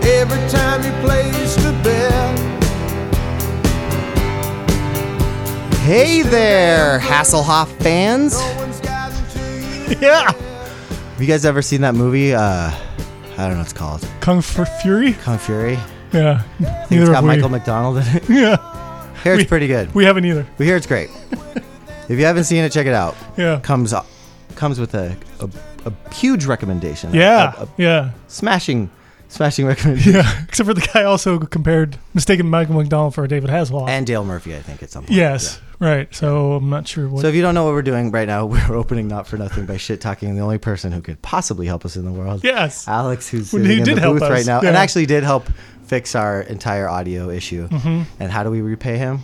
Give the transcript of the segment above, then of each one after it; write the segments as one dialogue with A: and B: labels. A: time he placed a bet.
B: Hey there, Hasselhoff fans.
A: No one's gotten to you.
B: Yeah. Have you guys ever seen that movie? Uh, I don't know what it's called.
C: Kung Fu Fury?
B: Kung Fury. I think
C: Yeah.
B: it's
C: Neither
B: got
C: have we.
B: Michael McDonald in it.
C: Yeah.
B: Here it's
C: We-
B: pretty good.
C: We haven't either.
B: We hear it's great. if you haven't seen it, check it out.
C: Yeah.
B: Comes uh, comes with a a, a huge recommendation. A-
C: Yeah.
B: a- a
C: yeah.
B: smashing, smashing recommendation.
C: Yeah. Except for the guy also compared mistaken Michael McDonald for David Hasselhoff.
B: And Dale Murphy, I think, at some point.
C: yes. Right. So I'm not sure what.
B: So if you don't know what we're doing right now, we're opening Not For Nothing by shit talking the only person who could possibly help us in the world.
C: yes.
B: Alex, who's
C: Who
B: sitting in
C: did
B: the
C: help
B: booth
C: us,
B: right now, and
C: yeah.
B: actually did help fix our entire audio issue.
C: Mm-hmm.
B: And how do we repay him?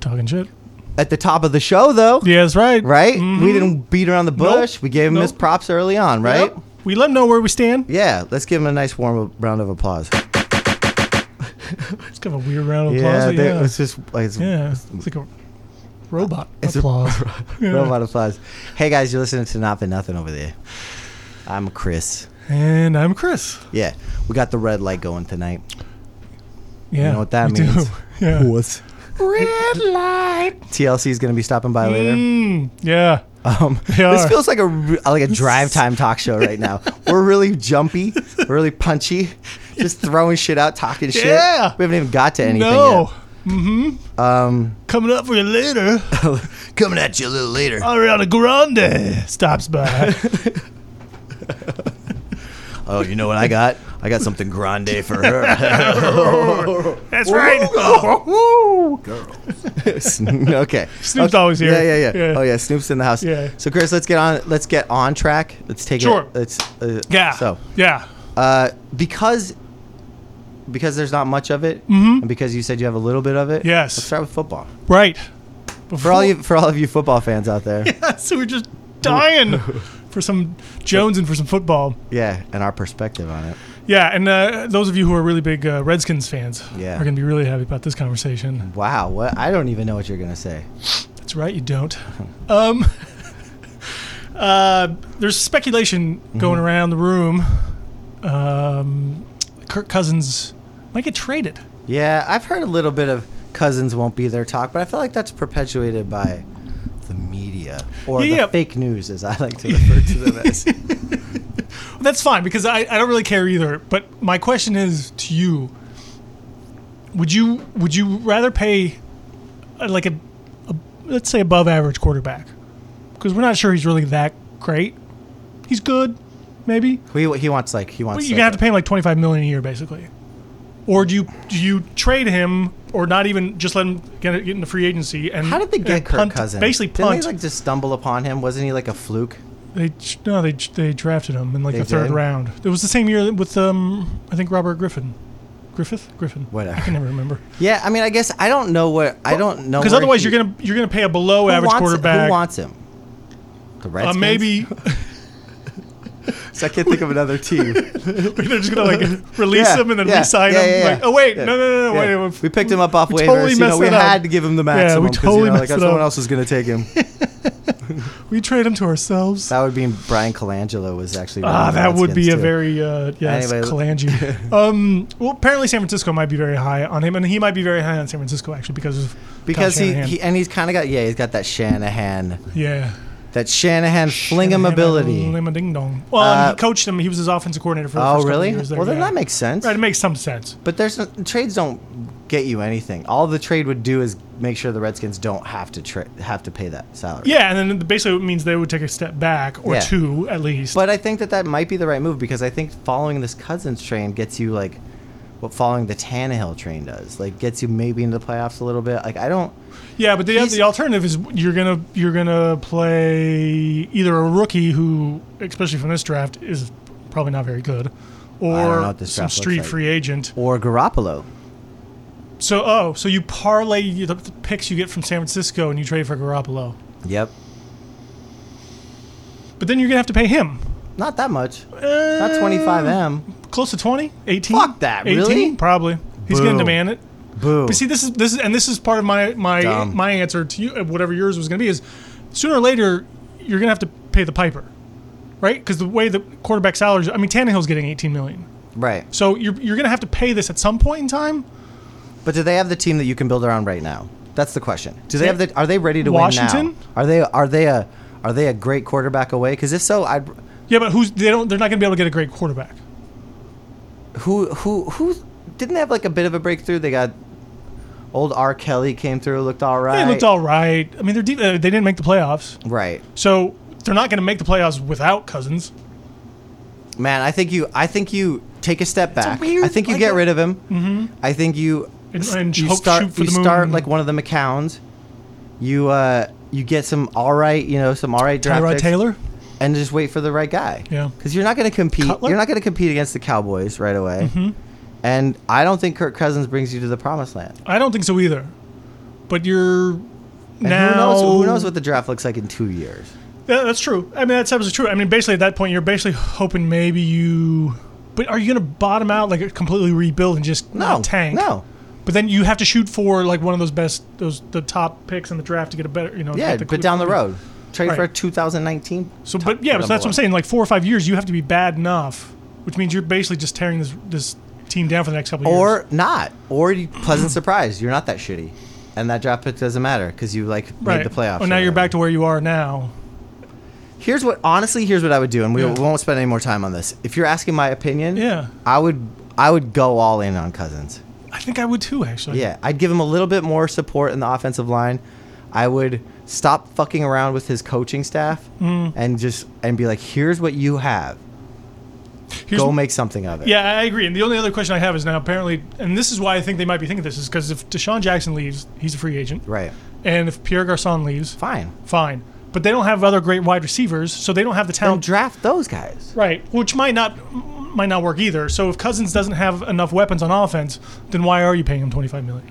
C: Talking shit.
B: At the top of the show, though,
C: Yeah, that's right.
B: right? We didn't beat around the bush. We gave him his
C: Nope.
B: props early on, right?
C: Yep. We let him know where we stand.
B: Yeah, let's give him a nice warm round of applause.
C: It's kind of a weird round of applause.
B: Yeah,
C: but
B: there,
C: Yeah.
B: it's just like, it's
C: yeah. It's like a robot
B: It's a-
C: applause. yeah.
B: robot applause. Hey guys, you're listening to Not for Nothing over there. I'm Chris.
C: And I'm Chris.
B: Yeah, we got the red light going tonight.
C: Yeah.
B: know what that
C: we do.
B: means.
C: Yeah.
B: What?
C: Red light.
B: TLC is going to be stopping by later.
C: Mm, yeah.
B: Um,
C: They
B: this
C: are.
B: feels like a re- uh, like a drive time talk show right now. We're really jumpy, we're really punchy, just throwing shit out, talking shit.
C: Yeah.
B: We haven't even got to anything
C: No. Mm-hmm.
B: yet. Um,
C: Coming up for you later.
B: coming at you a little later.
C: Ariana Grande stops by.
B: Oh, you know what I got? I got something grande for her.
C: That's right.
B: okay.
C: Snoop's
B: Okay.
C: always here.
B: Yeah, yeah, yeah,
C: Yeah.
B: Oh yeah, Snoop's in the house.
C: Yeah.
B: So Chris, let's get on. Let's get on track. Let's take
C: Sure.
B: it. Let's. Uh,
C: Yeah.
B: So.
C: yeah.
B: Uh, because because there's not much of it, and because you said you have a little bit of it.
C: Mm-hmm. Yes.
B: Let's start with football.
C: Right.
B: For all you for all of you football fans out there.
C: so we're just dying for some Jones and for some football.
B: yeah, and our perspective on it.
C: Yeah, and uh, those of you who are really big uh, Redskins fans
B: Yeah.
C: are going to be really happy about this conversation.
B: Wow, what I don't even know what you're gonna say.
C: That's right, you don't. Um, uh, there's speculation going around the room. Um, Kirk Cousins might get traded.
B: Yeah, I've heard a little bit of cousins won't be there talk, but I feel like that's perpetuated by the media or
C: Yeah,
B: the
C: yeah.
B: fake news, as I like to refer to them as.
C: That's fine because I, I don't really care either. But my question is to you: Would you would you rather pay uh, like a, a let's say above average quarterback because we're not sure he's really that great. He's good, maybe.
B: He, he wants like he
C: But
B: wants.
C: you're
B: like,
C: gonna have to pay him like twenty five million a year, basically. Or do you do you trade him, or not even just let him get, get into free agency? And
B: How did they get
C: and
B: Kirk
C: punt-
B: Cousins?
C: Basically,
B: Didn't
C: punt.
B: they like just stumble upon him? Wasn't he like a fluke?
C: They ch- no, they ch- they drafted him in like
B: They
C: the third
B: did?
C: round. It was the same year with um, I think Robert Griffin, Griffith, Griffin. I
B: Whatever.
C: can never remember.
B: Yeah, I mean, I guess I don't know what I don't know
C: Because
B: where
C: otherwise,
B: he-
C: you're gonna you're gonna pay a below
B: who
C: average
B: wants-
C: quarterback.
B: Who wants him? The
C: uh,
B: Redskins.
C: maybe
B: 'Cause I can't think of another team.
C: they're just gonna like release him and then
B: yeah,
C: re-sign
B: yeah,
C: him.
B: yeah, yeah.
C: like, oh wait,
B: Yeah,
C: no, no, no, no,
B: yeah.
C: wait.
B: We picked him up off
C: we
B: waivers.
C: totally
B: you know,
C: messed
B: we
C: that up.
B: had to give him the
C: Yeah, we
B: maximum. 'cause,
C: totally
B: you know, like,
C: messed it
B: someone
C: up.
B: else was going to take him.
C: we trade him to ourselves.
B: that would mean Brian Colangelo was actually.
C: Ah,
B: running the
C: that would be
B: Redskins,
C: a
B: too.
C: very uh, yes,
B: Anyway,
C: Kalangi. um, well, apparently San Francisco might be very high on him, and he might be very high on San Francisco actually because of Kyle
B: because he,
C: Shanahan.
B: he and he's kind of got yeah he's got that Shanahan
C: yeah.
B: that Shanahan fling him
C: Shanahan,
B: ability.
C: Lim a ding dong. Well,
B: Uh,
C: and he coached him. He was his offensive coordinator for the
B: Oh
C: first couple
B: really?
C: of years. There,
B: Well then
C: yeah.
B: that makes sense.
C: right. It makes some sense.
B: But there's no, trades don't get you anything. All the trade would do is make sure the Redskins don't have to tra- have to pay that salary.
C: Yeah, and then basically it means they would take a step back or
B: Yeah.
C: two at least.
B: But I think that that might be the right move because I think following this Cousins train gets you like what following the Tannehill train does, like gets you maybe into the playoffs a little bit. Like I don't.
C: yeah, but the,
B: he's-
C: the alternative is you're gonna you're gonna play either a rookie who, especially from this draft, is probably not very good,
B: don't know
C: or
B: what this
C: some
B: draft looks
C: street
B: like.
C: free agent.
B: Or Garoppolo.
C: So oh, so you parlay the, the picks you get from San Francisco and you trade for Garoppolo,
B: Yep.
C: but then you're gonna have to pay him.
B: Not that much.
C: Uh,
B: Not 25M.
C: close to 20 18
B: Fuck that,
C: 18?
B: really?
C: probably he's
B: Boo.
C: gonna demand it
B: Boo.
C: but see this is this is and this is part of my my
B: Dumb.
C: my answer to you of whatever yours was gonna be is sooner or later you're gonna have to pay the piper right because the way the quarterback salaries i mean Tannehill's getting 18 million
B: Right.
C: So you're you're gonna have to pay this at some point in time.
B: But do they have the team that you can build around right now? That's the question. Do they have the? Are they ready to win
C: Washington?
B: now? Are they? Are they a? Are they a great quarterback away? Because if so, I'd.
C: Yeah, but who's they don't they're not gonna be able to get a great quarterback.
B: Who? Who? Who? Didn't they have like a bit of a breakthrough? They got. Old R. Kelly came through, looked all right.
C: They looked all right. I mean, they're deep, uh, they didn't make the playoffs,
B: right.
C: so they're not gonna make the playoffs without Cousins.
B: Man, I think you. I think you take a step back.
C: weird,
B: I think you
C: like
B: get
C: a-
B: rid of him. Mm-hmm. I think you.
C: And- and
B: you
C: hope-
B: start.
C: shoot for
B: you
C: the moon.
B: start like one of the McCowns. You uh, you get some all right. You know some all right draft
C: Tyrod
B: picks.
C: Taylor.
B: and just wait for the right guy.
C: Yeah.
B: Because you're not going to compete.
C: Cutler? Mm-hmm.
B: You're not going to compete against the Cowboys right away. And I don't think Kirk Cousins brings you to the promised land.
C: I don't think so either. But you're
B: And
C: now.
B: who knows? Who knows what the draft looks like in two years?
C: Yeah, that's true. I mean, that's absolutely true. I mean, basically at that point, you're basically hoping maybe you. But are you going to bottom out like completely rebuild and just
B: No.
C: tank?
B: No.
C: But then you have to shoot for like one of those best, those the top picks in the draft to get a better, you know.
B: Yeah,
C: get the-
B: but down the road, trade for
C: Right.
B: a 2019.
C: So,
B: top
C: but yeah, so
B: number
C: that's what I'm
B: one.
C: saying. Like four or five years, you have to be bad enough, which means you're basically just tearing this this team down for the next couple of years.
B: Or not, or you pleasant surprise. You're not that shitty, and that draft pick doesn't matter because you like
C: right.
B: made the playoffs.
C: Oh, now
B: or whatever.
C: you're back to where you are now.
B: Here's what honestly, here's what I would do, and we
C: Yeah.
B: won't spend any more time on this. If you're asking my opinion,
C: Yeah.
B: I would, I would go all in on Cousins.
C: I think I would too, actually.
B: Yeah, I'd give him a little bit more support in the offensive line. I would stop fucking around with his coaching staff
C: Mm.
B: and just and be like, "Here's what you have.
C: Here's,
B: Go make something of it."
C: Yeah, I agree. And the only other question I have is now apparently, and this is why I think they might be thinking this, is because if Deshaun Jackson leaves, he's a free agent.
B: Right.
C: And if Pierre Garcon leaves,
B: Fine.
C: fine. But they don't have other great wide receivers, so they don't have the
B: Then
C: talent.
B: draft those guys.
C: right, which might not might not work either. So if Cousins doesn't have enough weapons on offense, then why are you paying him twenty five million?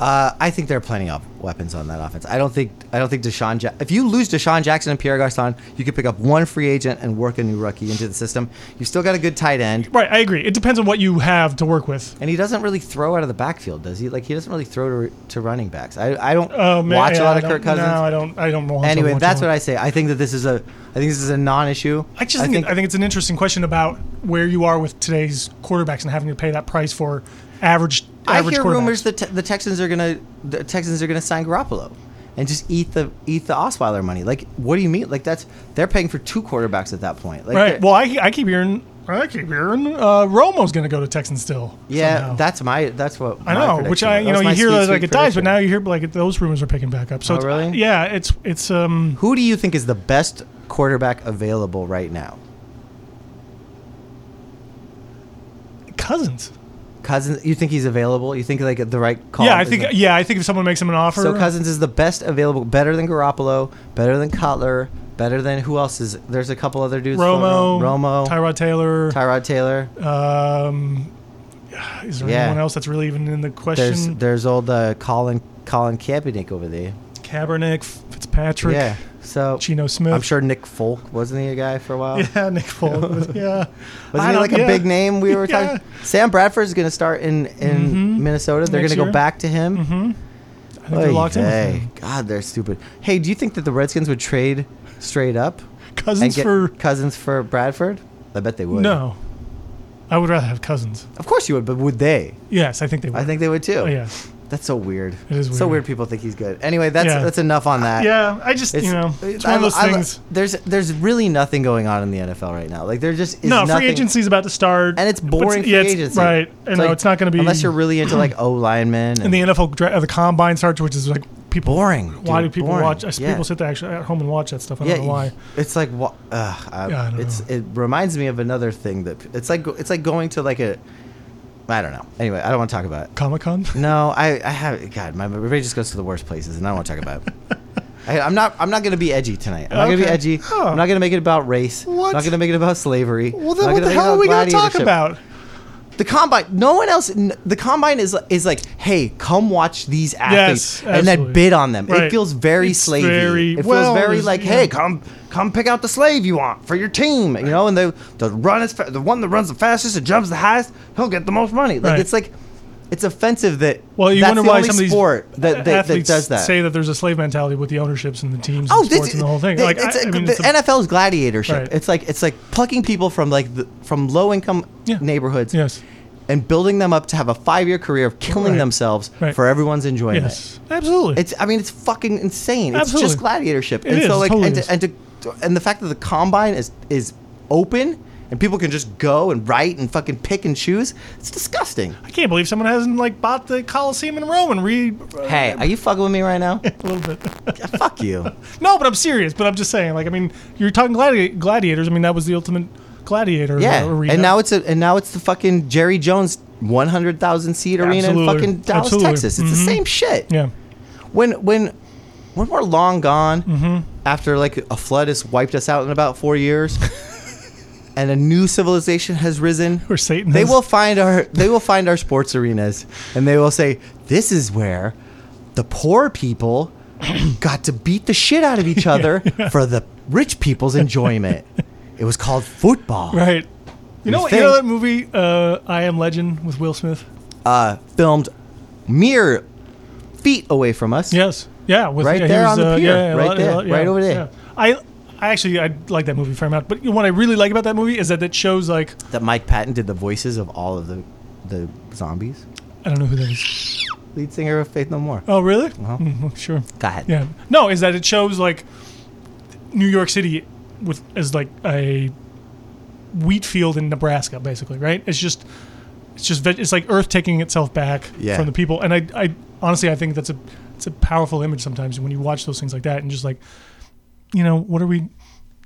B: Uh, I think there are plenty of weapons on that offense. I don't think I don't think Deshaun. Ja- if you lose Deshaun Jackson and Pierre Garcon, you could pick up one free agent and work a new rookie into the system. You've still got a good tight end,
C: Right, I agree. It depends on what you have to work with.
B: and he doesn't really throw out of the backfield, does he? Like he doesn't really throw to, to running backs. I, I don't
C: Oh, man,
B: watch
C: yeah,
B: a lot
C: I
B: of Kirk
C: don't-
B: Cousins.
C: No, I don't. I don't. want to
B: Anyway,
C: watch
B: that's
C: him.
B: what I say. I think that this is a, I think this is a non-issue.
C: I just think, I think it's an interesting question about where you are with today's quarterbacks and having to pay that price for average
B: I
C: average
B: hear
C: quarterbacks.
B: rumors that te- the Texans are gonna, the Texans are gonna sign Garoppolo, and just eat the eat the Osweiler money. Like, what do you mean? Like that's they're paying for two quarterbacks at that point. Like,
C: right.
B: they're-
C: Well, I, I keep hearing I keep hearing uh, Romo's going to go to Texans still.
B: yeah,
C: somehow.
B: that's my that's what my
C: I know, which
B: prediction
C: I
B: was.
C: you
B: That
C: know
B: was my
C: you hear
B: sweet,
C: like,
B: sweet
C: it dies, but
B: prediction.
C: now you hear like those rumors are picking back up. So
B: Oh,
C: it's,
B: really?
C: yeah, it's it's um
B: who do you think is the best quarterback available right now?
C: Cousins.
B: Cousins, you think he's available? You think like the right call?
C: Yeah, I
B: Oh, is
C: think
B: the-
C: yeah, I think if someone makes him an offer,
B: So Cousins is the best available, better than Garoppolo, better than Cutler, better than who else is? There's a couple other dudes. floating
C: Romo,
B: around. Romo,
C: Tyrod Taylor,
B: Tyrod Taylor.
C: um, is there
B: Yeah.
C: anyone else that's really even in the
B: there's
C: question?
B: there's old uh, Colin Colin Kaepernick over there.
C: Kaepernick, Fitzpatrick,
B: Yeah. So
C: Geno Smith.
B: I'm sure Nick Folk wasn't he a guy for a while?
C: Yeah, Nick Foles. yeah,
B: Wasn't
C: I
B: he
C: don't-
B: like a
C: yeah.
B: big name we were
C: Yeah. Mm-hmm.
B: talking? Sam Bradford's going to start in in Minnesota. They're
C: Next
B: going to go
C: year.
B: back to him.
C: I think they're locked in.
B: Oy
C: With
B: vey.
C: him.
B: God, they're stupid. Hey, do you think that the Redskins would trade straight up and
C: Cousins
B: get
C: for
B: Cousins for Bradford? I bet they would.
C: no. I would rather have cousins.
B: Of course you would, but would they?
C: Yes, I think they would.
B: I think they would too.
C: Oh, yeah.
B: That's so weird.
C: It is
B: So
C: weird.
B: weird people think he's good. Anyway, that's
C: Yeah.
B: that's enough on that.
C: Yeah, I just
B: It's-
C: you know it's one
B: I-
C: of those
B: I-
C: things.
B: There's there's really nothing going on in the NFL right now. Like there just is
C: no,
B: nothing-
C: free agency's about to start,
B: and it's
C: but
B: boring free
C: yeah, it's-
B: agency.
C: Right, and no,
B: like,
C: it's not going to be
B: unless you're really into like O linemen
C: in the NFL. Dra- uh, the combine starts, which is like people.
B: boring.
C: Why do
B: dude,
C: people
B: boring.
C: watch? I see
B: yeah.
C: People sit there actually at home and watch that stuff. I don't
B: yeah,
C: know why.
B: you- it's like what? Uh, I,
C: Yeah, I don't
B: it's
C: know.
B: it reminds me of another thing that it's like it's like going to like a I don't know. Anyway, I don't want to talk about it.
C: Comic Con.
B: No, I, I have God. My brain just goes to the worst places, and I don't want to talk about it. I, I'm not. I'm not going to be edgy tonight. I'm not going to be
C: Okay.
B: edgy.
C: Huh.
B: I'm not going to make it about race. I'm
C: What?
B: not going to make it about slavery.
C: Well,
B: I'm not
C: then what
B: gonna
C: the
B: make it
C: hell are we going to talk
B: gladiatorship.
C: about?
B: The combine. No one else. n- The combine is is like, hey, come watch these athletes and then
C: absolutely.
B: bid on them. It
C: Right.
B: feels very
C: It's
B: slavey.
C: very-
B: it
C: well,
B: feels very
C: there's-
B: like,
C: yeah.
B: hey, come come pick out the slave you want for your team. You know, and the the run is fa- the one that runs the fastest and jumps the highest, he'll get the most money. Like
C: Right.
B: it's like It's offensive that
C: Well, you
B: that's
C: wonder
B: the
C: why
B: only
C: some of these
B: sport that, that, that
C: athletes
B: does that.
C: say that there's a slave mentality with the ownerships and the teams and
B: Oh,
C: sports
B: this-
C: and the whole thing.
B: the-
C: Like,
B: it's
C: I,
B: a-
C: I mean,
B: the
C: it's a-
B: NFL's gladiatorship.
C: Right.
B: It's like it's like plucking people from like the, from low income
C: Yeah.
B: neighborhoods
C: Yes.
B: and building them up to have a five year career of killing
C: Right.
B: themselves
C: Right.
B: for everyone's enjoyment.
C: Yes. Absolutely.
B: It's I mean it's fucking insane. It's just gladiatorship.
C: It
B: and so
C: is,
B: like
C: totally
B: and,
C: is.
B: to, and to and the fact that the combine is is open and people can just go and write and fucking pick and choose. It's disgusting.
C: I can't believe someone hasn't like bought the Colosseum in Rome and re
B: Hey, are you fucking with me right now?
C: a little bit.
B: Fuck you.
C: No, but I'm serious. But I'm just saying. Like, I mean, you're talking gladi- gladiators. I mean, that was the ultimate gladiator.
B: Yeah.
C: uh, arena.
B: And now it's a and now it's the fucking Jerry Jones 100,000 seat arena
C: Absolutely.
B: in fucking Dallas,
C: Absolutely. Mm-hmm.
B: Texas. It's the same shit.
C: yeah,
B: When when when we're long gone
C: Mm-hmm.
B: after like a flood has wiped us out in about 4 years and a new civilization has risen,
C: or Satan.
B: they
C: has-
B: will find our they will find our sports arenas and they will say this is where the poor people got to beat the shit out of each other for the rich people's enjoyment. It was called football.
C: right. You know,
B: You
C: what, you know
B: think.
C: that movie uh, I Am Legend with Will Smith.
B: uh, filmed mere feet away from us.
C: Yes. Yeah. With,
B: Right
C: yeah, he
B: there
C: was,
B: on the
C: uh,
B: pier,
C: yeah, yeah,
B: right
C: yeah,
B: there,
C: yeah,
B: right over there.
C: yeah. I. I actually I like that movie a fair amount, but what I really like about that movie is that it shows like
B: That Mike Patton did the voices of all of the the zombies.
C: I don't know who that is.
B: Lead singer of Faith No More.
C: Oh really?
B: Uh-huh.
C: Mm, sure.
B: Go ahead.
C: Yeah. No, is that it shows like New York City with as like a wheat field in Nebraska, basically, right? It's just it's just veg- it's like Earth taking itself back
B: Yeah.
C: from the people, and I, I honestly I think that's a it's a powerful image sometimes when you watch those things like that and just like you know what are we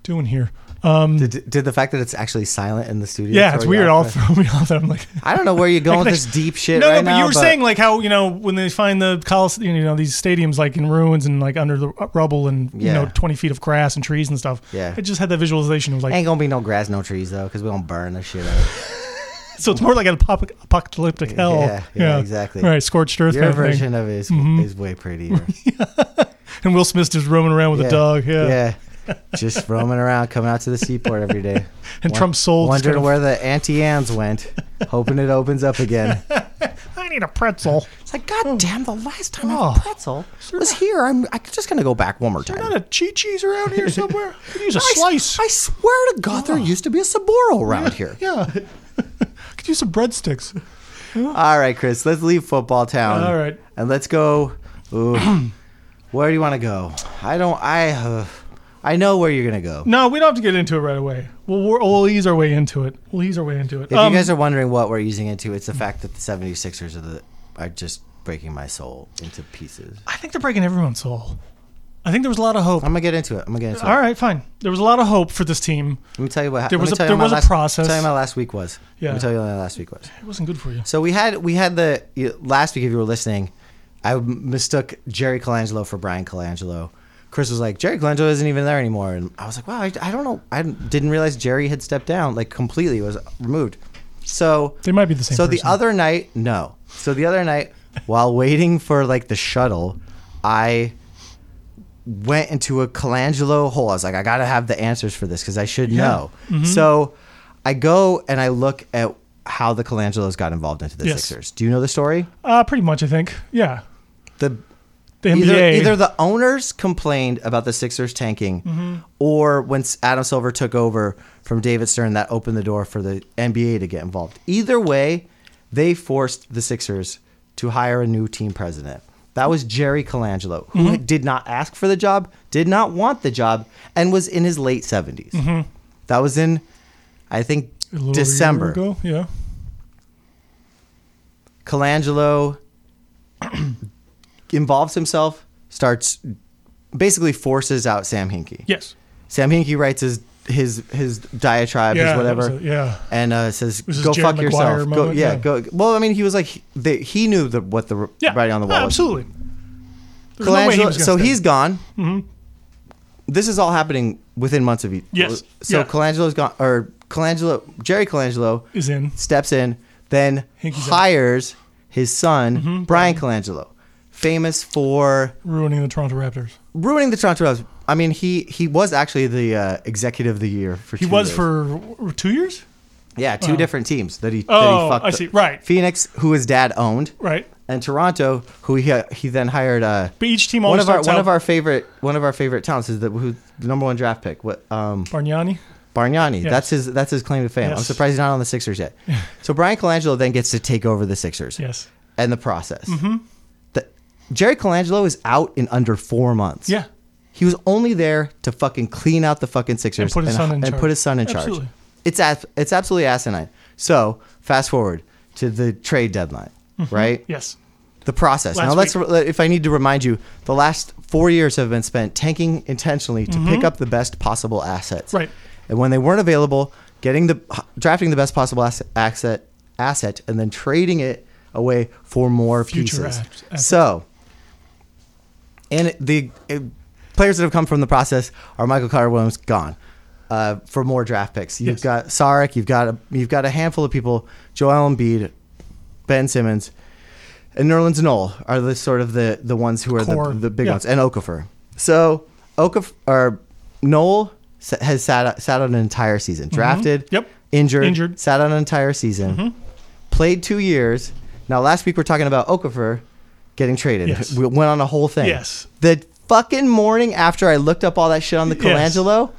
C: doing here?
B: Did, did the fact that it's actually silent in the studio?
C: Yeah,
B: throw
C: it's
B: you
C: weird. All
B: off?
C: throw me off. That I'm like.
B: I don't know where you're going with this deep shit
C: No,
B: right
C: no, but
B: now,
C: you were saying like how you know when they find the Colosseum, you know these stadiums like in ruins and like under the r- rubble and you know
B: Yeah.
C: twenty feet of grass and trees and stuff.
B: Yeah.
C: I just had that visualization of like
B: ain't gonna be no grass, no trees though, because we don't burn the shit out.
C: so it's more like an apop- apocalyptic hell.
B: Yeah, yeah, exactly.
C: Right, scorched earth Mm-hmm. kind
B: Your
C: of thing.
B: version of it is, is way prettier.
C: And Will Smith's just roaming around with a dog. Yeah,
B: Yeah. Just roaming around, coming out to the seaport every day.
C: and Trump's soul. just
B: Wondering
C: kind of,
B: where the Auntie Anne's went, hoping it opens up again.
C: I need a pretzel.
B: It's like, God damn, the last time
C: Oh.
B: I had pretzel was here. I'm, I'm just going to go back one more time.
C: Not a chi cheese around here somewhere. I could use a
B: I s-
C: slice.
B: I, swear to God, there used to be a Saboro around here.
C: yeah, I could use some breadsticks.
B: All right, Chris, let's leave football town.
C: All right.
B: And let's go. Ooh, where do you want to go? I don't. I. Uh, I know where you're going to go.
C: No, we don't have to get into it right away. We'll, we're, we'll ease our way into it. We'll ease our way into it.
B: If
C: Um,
B: you guys are wondering what we're using it to, it's the fact that the 76ers are, the, are just breaking my soul into pieces.
C: I think they're breaking everyone's soul. I think there was a lot of hope.
B: I'm going to get into it. I'm going to get into it.
C: All right, fine. There was a lot of hope for this team.
B: Let me tell you what hap-
C: There
B: let
C: was
B: me
C: a-
B: tell you
C: there
B: what my
C: was a
B: last-
C: process.
B: Tell you my last week was. Let
C: Yeah.
B: me tell you what my last week was.
C: It wasn't good for you.
B: So we had we had the you- last week. If you were listening, I mistook Jerry Colangelo for Brian Colangelo. Chris was like, Jerry Colangelo isn't even there anymore, and I was like, wow, I, I don't know. I didn't realize Jerry had stepped down like completely was removed. So
C: They might be the same.
B: so the
C: person.
B: other night, no. So the other night, while waiting for like the shuttle, I went into a Colangelo hole. I was like, I gotta have the answers for this because I should know. So I go and I look at how the Colangelos got involved into the
C: Yes.
B: Sixers. Do you know the story?
C: uh, pretty much, I think. Yeah,
B: The
C: the NBA.
B: either, either the owners complained about the Sixers tanking,
C: Mm-hmm.
B: or when S- Adam Silver took over from David Stern, that opened the door for the NBA to get involved. Either way, they forced the Sixers to hire a new team president. That was Jerry Colangelo, who
C: Mm-hmm.
B: did not ask for the job, did not want the job, and was in his late 70s. That was in, I think,
C: Mm-hmm. A little
B: December.
C: year ago. Yeah.
B: Colangelo involves himself, starts basically forces out Sam Hinkie.
C: Yes.
B: Sam Hinkie writes his his his diatribe,
C: Yeah.
B: his
C: that
B: whatever,
C: was it, yeah.
B: and uh, says,
C: was his
B: "Go
C: Jerry
B: fuck
C: Maguire
B: yourself." Go,
C: moment,
B: yeah,
C: yeah.
B: go. Well, I mean, he was like he, they, he knew the, what the
C: Yeah.
B: writing on the wall.
C: Oh,
B: was.
C: absolutely. There's no way he
B: Colangelo,
C: was
B: so
C: gonna stay. Mm-hmm.
B: he's gone. This is all happening within months of each.
C: Yes,
B: So
C: yeah.
B: Colangelo's gone, or Colangelo, Jerry Colangelo
C: is in.
B: steps in, then
C: Hinkie's out. Mm-hmm.
B: hires his son, Brian Colangelo, famous for
C: ruining the Toronto Raptors.
B: ruining the Toronto Raptors. I mean, he he was actually the uh, executive of the year for
C: He was for w- two years.
B: Yeah, two different teams that he, that
C: Oh,
B: he fucked.
C: I
B: the-
C: see. Right.
B: Phoenix, who his dad owned,
C: Right.
B: and Toronto, who he he then hired. Uh,
C: But each team
B: one
C: always
B: of our
C: starts
B: one
C: out
B: of our favorite one of our favorite talents is the, who, the number one draft pick. What um,
C: Bargnani.
B: Bargnani.
C: Yes.
B: That's his that's his claim to fame. I'm
C: Yes.
B: surprised he's not on the Sixers yet. so Brian Colangelo then gets to take over the Sixers.
C: Yes.
B: And the process. Mm-hmm. The, Jerry Colangelo is out in under four months.
C: Yeah.
B: He was only there to fucking clean out the fucking Sixers
C: And put his son in
B: and
C: charge.
B: put his son in
C: Absolutely.
B: charge. It's as, it's absolutely asinine. So fast forward to the trade deadline,
C: Mm-hmm.
B: right?
C: Yes.
B: The process.
C: Last
B: now let's. If I need to remind you, the last four years have been spent tanking intentionally to pick up the best possible assets.
C: Mm-hmm. Right.
B: And when they weren't available, getting the drafting the best possible asset asset, asset and then trading it away for more
C: Future
B: pieces.
C: ass- assets.
B: So, and it- the it, players that have come from the process are Michael Carter Williams gone. Uh, for more draft picks, you've
C: Yes.
B: got Sarek, you've got a, you've got a handful of people: Joel Embiid, Ben Simmons, and Nerlens Noel are the sort of the the ones who are the,
C: Core.
B: the big
C: Yeah.
B: ones, and Okafor. So Okafor or Noel sa- has sat sat on an entire season, drafted,
C: Mm-hmm. Yep.
B: injured,
C: Injured. Mm-hmm.
B: sat on an entire season, played two years. Now last week we're talking about Okafor getting traded.
C: Yes.
B: We went on a whole thing.
C: Yes.
B: The fucking morning after I looked up all that shit on the
C: Yes.
B: Colangelo,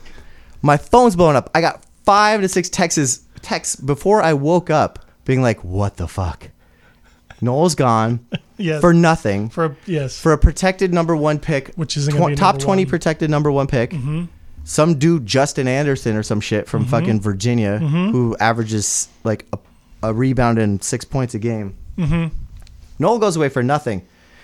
B: my phone's blowing up. I got five to six texts texts before I woke up, being like, "What the fuck." Noel's gone
C: Yes.
B: for nothing for,
C: For a- yes.
B: a protected number one pick,
C: Which isn't gonna be
B: top
C: number
B: twenty
C: one. Mm-hmm.
B: protected number one pick. Some dude Justin Anderson or some shit from fucking Virginia
C: Mm-hmm.
B: who averages like a, a rebound and six points a game. Mm-hmm. Noel goes away for nothing.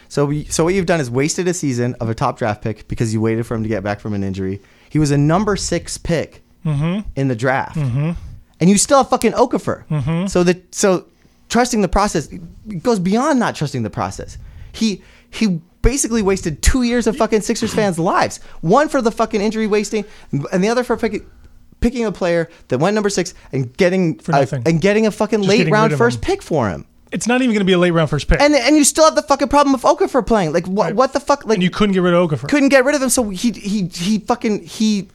B: So we, so what you've done is wasted a season of a top draft pick because you waited for him to get back from an injury. He was a number six pick
C: Mm-hmm.
B: in the draft, and you still have fucking Okafor.
C: Mm-hmm.
B: So the so trusting the process it goes beyond not trusting the process. He he basically wasted two years of fucking Sixers fans' lives. One for the fucking injury wasting, and the other for picking picking a player that went number six and getting
C: For
B: a-
C: nothing.
B: and getting a fucking late
C: getting rid
B: round
C: of
B: first
C: him.
B: pick for him.
C: it's not even going to be a late round first pick.
B: And and you still have the fucking problem of Okafor playing. Like what
C: Right.
B: what the fuck? Like
C: And you couldn't get rid of Okafor.
B: couldn't get rid of him, so he he he fucking he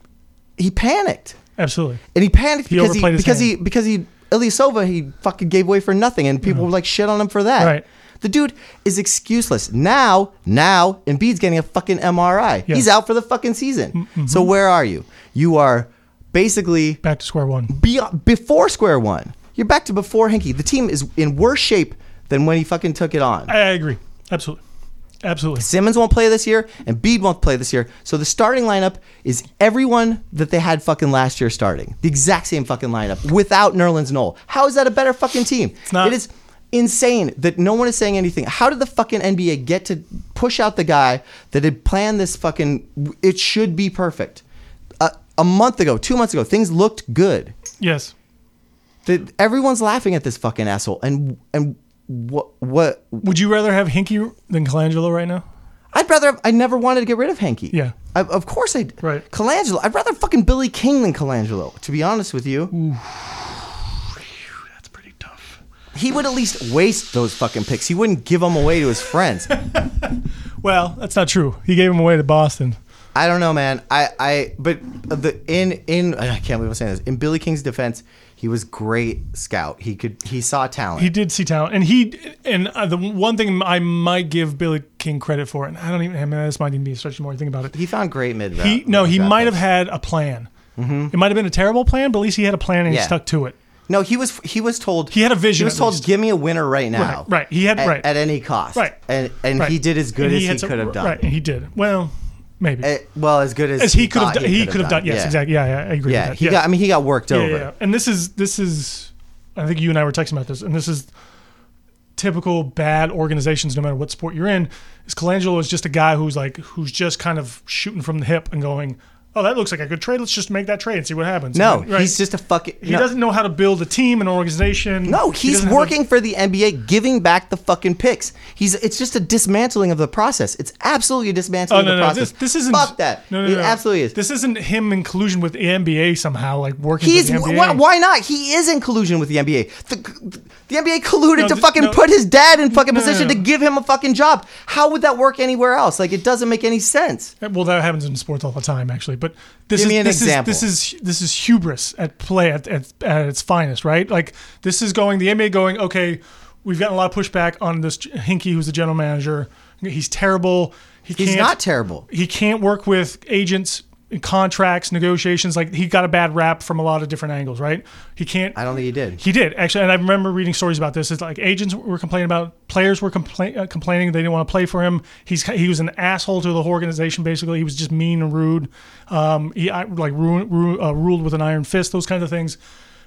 B: he panicked.
C: Absolutely.
B: And he panicked
C: He
B: because he
C: overplayed his
B: because
C: hand.
B: he because he Ilyasova he fucking gave away for nothing, and people were like shit on him for that.
C: Mm-hmm. Right.
B: The dude is excuseless. Now, now, Embiid's getting a fucking MRI.
C: Yes. Mm-hmm.
B: He's out for the fucking season. So where are you? You are basically
C: Back to square one.
B: be- before square one. You're back to before Hinkie. The team is in worse shape than when he fucking took it on.
C: I agree. Absolutely. Absolutely.
B: Simmons won't play this year, and Bede won't play this year. So the starting lineup is everyone that they had fucking last year starting. The exact same fucking lineup without Nerlens Noel. How is that a better fucking team? It's
C: not.
B: It is insane that no one is saying anything. How did the fucking NBA get to push out the guy that had planned this fucking? It should be perfect. A, a month ago, two months ago, things looked good.
C: Yes.
B: The, everyone's laughing at this fucking asshole, and and what what?
C: Would you rather have Hinky than Colangelo right now?
B: I'd rather. Have, I never wanted to get rid of Hanky.
C: Yeah.
B: I, of course I.
C: Right.
B: Colangelo. I'd rather fucking Billy King than Colangelo. To be honest with you,
C: That's pretty tough.
B: he would at least waste those fucking picks. He wouldn't give them away to his friends.
C: Well, that's not true. He gave him away to Boston.
B: I don't know, man. I I but the in in I can't believe I'm saying this. In Billy King's defense, he was great scout. He could he saw talent.
C: He did see talent, and he and uh, the one thing I might give Billy King credit for, and I don't even. I mean, this might even be a stretch. The more I think about it,
B: he found great mid.
C: he no, he might have had a plan. It might have been a terrible plan, but at least he had a plan and
B: Mm-hmm. Yeah.
C: he stuck to it.
B: No, he was he was told
C: He had a
B: He
C: vision,
B: was
C: at
B: told,
C: least.
B: "Give me a winner right now."
C: right. He had-
B: at,
C: right.
B: at any cost.
C: Right.
B: and and
C: Right.
B: he did as good
C: And
B: as he,
C: had some-
B: could have done.
C: Right, and he did. Well, maybe
B: Eh, well, as good as,
C: as he could have
B: thought
C: done. He could have done. Yes,
B: Yeah.
C: exactly. Yeah, yeah, I agree.
B: Yeah,
C: with that.
B: he
C: yes.
B: got. I mean, he got worked
C: Yeah,
B: over.
C: yeah, yeah. And this is this is, I think you and I were texting about this, and this is typical bad organizations, no matter what sport you're in. Is Colangelo is just a guy who's like who's just kind of shooting from the hip and going, oh, that looks like a good trade. Let's just make that trade and see what happens.
B: No,
C: Right?
B: he's just a fucking.
C: He
B: no.
C: doesn't know how to build a team, an organization.
B: No,
C: He
B: he's
C: doesn't have a-
B: working for the NBA, giving back the fucking picks. He's. It's just a dismantling of the process. It's absolutely a
C: Oh
B: dismantling
C: no,
B: of the
C: no,
B: process.
C: this, this isn't.
B: Fuck that.
C: No, no, no,
B: it
C: no.
B: absolutely is.
C: This isn't him in collusion with the NBA somehow, like working.
B: He's
C: for the NBA.
B: why, why not? He is in collusion with the NBA. The, the NBA colluded
C: No,
B: to
C: th-
B: fucking
C: no.
B: put his dad in fucking
C: No, no,
B: position
C: no.
B: to give him a fucking job. How would that work anywhere else? Like it doesn't make any sense.
C: Uh, Well, that happens in sports all the time, actually. but this
B: Give
C: is
B: me an
C: this
B: example.
C: is this is this is hubris at play at, at, at its finest, right? Like this is going the NBA going okay. We've gotten a lot of pushback on this Hinky, who's the general manager. He's terrible. He
B: He's
C: can't,
B: not terrible.
C: He can't work with agents, contracts, negotiations. Like he got a bad rap from a lot of different angles, right? He can't.
B: I don't think he did.
C: He did actually, and I remember reading stories about this. It's like agents were complaining about, players were compla- uh, complaining they didn't want to play for him. He's he was an asshole to the whole organization. Basically, he was just mean and rude. Um, he I, like ru- ru- uh, ruled with an iron fist. Those kinds of things.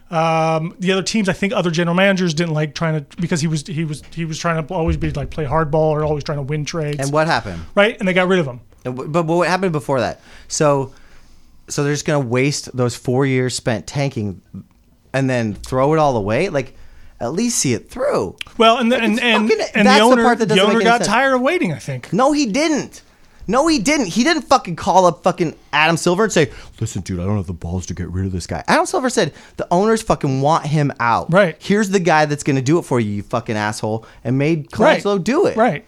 C: Um, the other teams, I think, other general managers didn't like trying to because he was he was he was trying to always be like play hardball or always trying to win trades,
B: And what happened?
C: right? And they got rid of him.
B: And wh- But what happened before that? So, so they're just gonna waste those four years spent tanking, and then throw it all away. Like, at least see it through.
C: Well, and the, and and,
B: fucking-
C: and the
B: that's the
C: owner
B: part that
C: the
B: doesn't
C: owner
B: make any
C: got
B: sense.
C: tired of waiting. I think.
B: No, he didn't. No, he didn't. He didn't fucking call up fucking Adam Silver and say, "Listen, dude, I don't have the balls to get rid of this guy." Adam Silver said, "The owners fucking want him out.
C: Right.
B: Here's the guy that's gonna do it for you, you fucking asshole." And made Colangelo do it.
C: Right.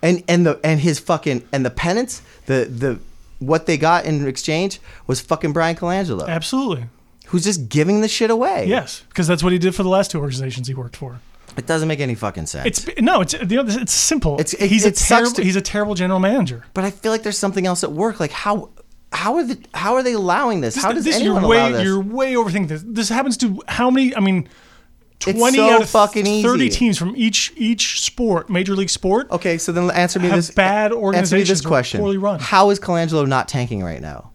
B: and and the and his fucking and the penance the the what they got in exchange was fucking Brian Colangelo,
C: Absolutely.
B: who's just giving the shit away.
C: Yes, because that's what he did for the last two organizations he worked for.
B: it doesn't make any fucking sense.
C: It's no, it's you know, it's simple.
B: It's- it-
C: he's
B: it
C: a
B: sucks
C: terrible
B: to-
C: he's a terrible general manager.
B: but I feel like there's something else at work. Like how how are the how are they allowing this? how does
C: this
B: anyone
C: you're way
B: allow this?
C: you're way overthinking this. This happens to how many? I mean,
B: It's
C: twenty
B: so
C: out of
B: fucking easy.
C: thirty teams from each each sport, major league sport.
B: Okay, so then answer me
C: Have
B: this
C: bad
B: Answer me
C: organizations
B: this
C: that are
B: question:
C: poorly run.
B: How is Colangelo not tanking right now?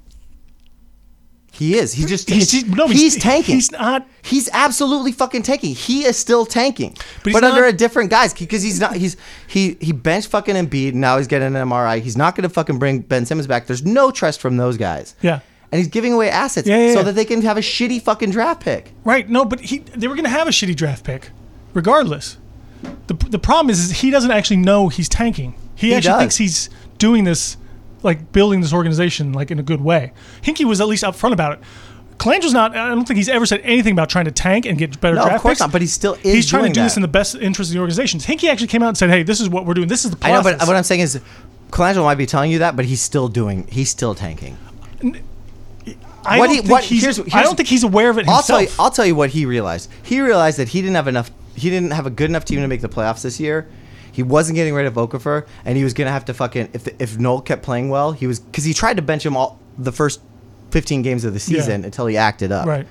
B: He is. He's just
C: He's
B: he's,
C: just- no, he's-
B: he's, tanking.
C: he's not-
B: He's absolutely fucking tanking. He is still tanking,
C: But he's
B: but, under a
C: not-
B: different guise because he's not. He's he he benched fucking Embiid. Now he's getting an MRI. He's not going to fucking bring Ben Simmons back. There's no trust from those guys.
C: Yeah.
B: and he's giving away assets
C: Yeah, yeah,
B: so
C: yeah.
B: that they can have a shitty fucking draft pick.
C: Right? No, but he they were going to have a shitty draft pick, regardless. the The problem is, is he doesn't actually know he's tanking. He,
B: He
C: actually
B: does.
C: thinks he's doing this, like building this organization, like in a good way. Hinkie was at least upfront about it. Colangelo's not. I don't think he's ever said anything about trying to tank and get better
B: No, of
C: draft
B: course
C: picks.
B: not, but he still is
C: He's trying
B: doing
C: to do this
B: that.
C: in the best interest of the organization. Hinkie actually came out and said, "Hey, this is what we're doing. This is the
B: I know,
C: process."
B: but what I'm saying is, Colangelo might be telling you that, but he's still doing. He's still tanking.
C: I
B: what
C: don't
B: he-
C: think
B: what-
C: he's.
B: here's-
C: I
B: here's-
C: don't think he's aware of it
B: I'll tell,
C: himself.
B: you, I'll tell you what he realized. He realized that he didn't have enough. He didn't have a good enough team to make the playoffs this year. He wasn't getting rid of Okafor, and he was gonna have to fucking if the, if Noel kept playing well, he was because he tried to bench him all the first fifteen games of the season until he acted up,
C: right.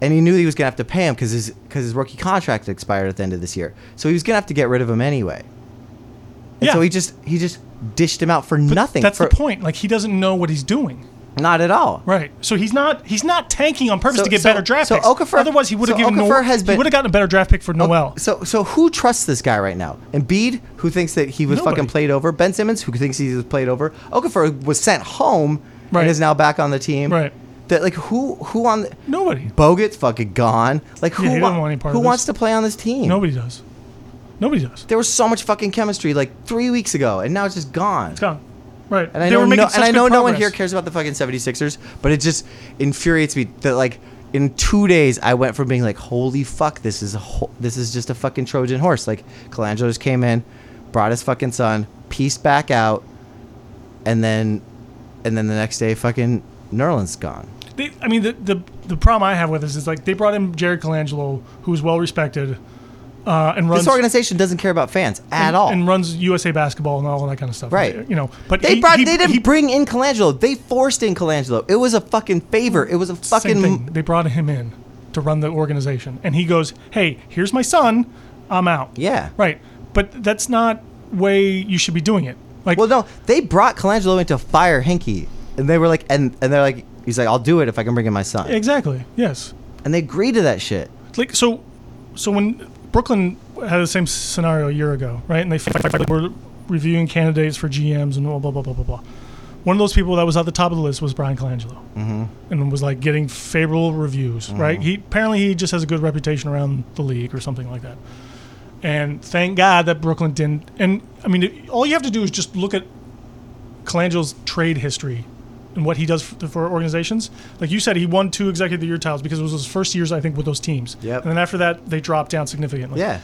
B: and he knew he was gonna have to pay him because his because his rookie contract expired at the end of this year, so he was gonna have to get rid of him anyway. And
C: Yeah.
B: So he just he just dished him out for nothing.
C: That's
B: for,
C: the point. Like he doesn't know what he's doing.
B: Not at all.
C: Right. So he's not he's not tanking on purpose
B: So-
C: to get
B: so-
C: better draft
B: so
C: picks.
B: Okafor-
C: Otherwise, he would have
B: so
C: given
B: Okafor
C: Noel,
B: has
C: he
B: been-
C: would have gotten a better draft pick for Noel.
B: Oh, So so who trusts this guy right now? Embiid, who thinks that he was
C: Nobody.
B: fucking played over. Ben Simmons, who thinks he was played over. Okafor was sent home
C: Right.
B: and is now back on the team.
C: Right.
B: That like who who on the,
C: Nobody.
B: Bogut's fucking gone. Like who
C: Yeah, he
B: wa-
C: doesn't want any part
B: who
C: of
B: wants
C: this.
B: to play on this team?
C: Nobody does. Nobody does.
B: There was so much fucking chemistry like three weeks ago, and now it's just gone.
C: It's gone. Right.
B: And I
C: they
B: know,
C: were making
B: no,
C: such
B: and I
C: good
B: know no one
C: progress.
B: here cares about the fucking 76ers, but it just infuriates me that like in two days I went from being like, holy fuck, this is a ho- this is just a fucking Trojan horse. Like Colangelo just came in, brought his fucking son, pieced back out, and then and then the next day fucking Nerland's gone.
C: They, I mean, the, the the problem I have with this is like they brought in Jared Colangelo, who is well respected, uh, and runs
B: This organization doesn't care about fans at
C: and,
B: all.
C: and runs USA Basketball and all that kind of stuff.
B: Right.
C: You know, but
B: they
C: he-
B: brought
C: he-
B: they didn't
C: he-
B: bring in Colangelo. They forced in Colangelo. It was a fucking favor. It was a
C: same thing.
B: fucking
C: They brought him in to run the organization, and he goes, "Hey, here's my son. I'm out."
B: Yeah.
C: Right. But that's not way you should be doing it. Like,
B: Well, no, they brought Colangelo in to fire Hinkie, and they were like, and and they're like, he's like, I'll do it if I can bring in my son,
C: exactly. Yes.
B: and they agreed to that shit.
C: Like so, so when Brooklyn had the same scenario a year ago, right? And they f- f- were reviewing candidates for GMs and blah blah blah blah blah blah. One of those people that was at the top of the list was Brian Colangelo, mm-hmm. and was like getting favorable reviews, right? He apparently he just has a good reputation around the league or something like that. And thank God that Brooklyn didn't. And I mean, it, all you have to do is just look at Colangelo's trade history and what he does for, for organizations. Like you said, he won two executive of the year titles because it was his first years, I think, with those teams.
B: Yep.
C: And then after that, they dropped down significantly.
B: Yeah,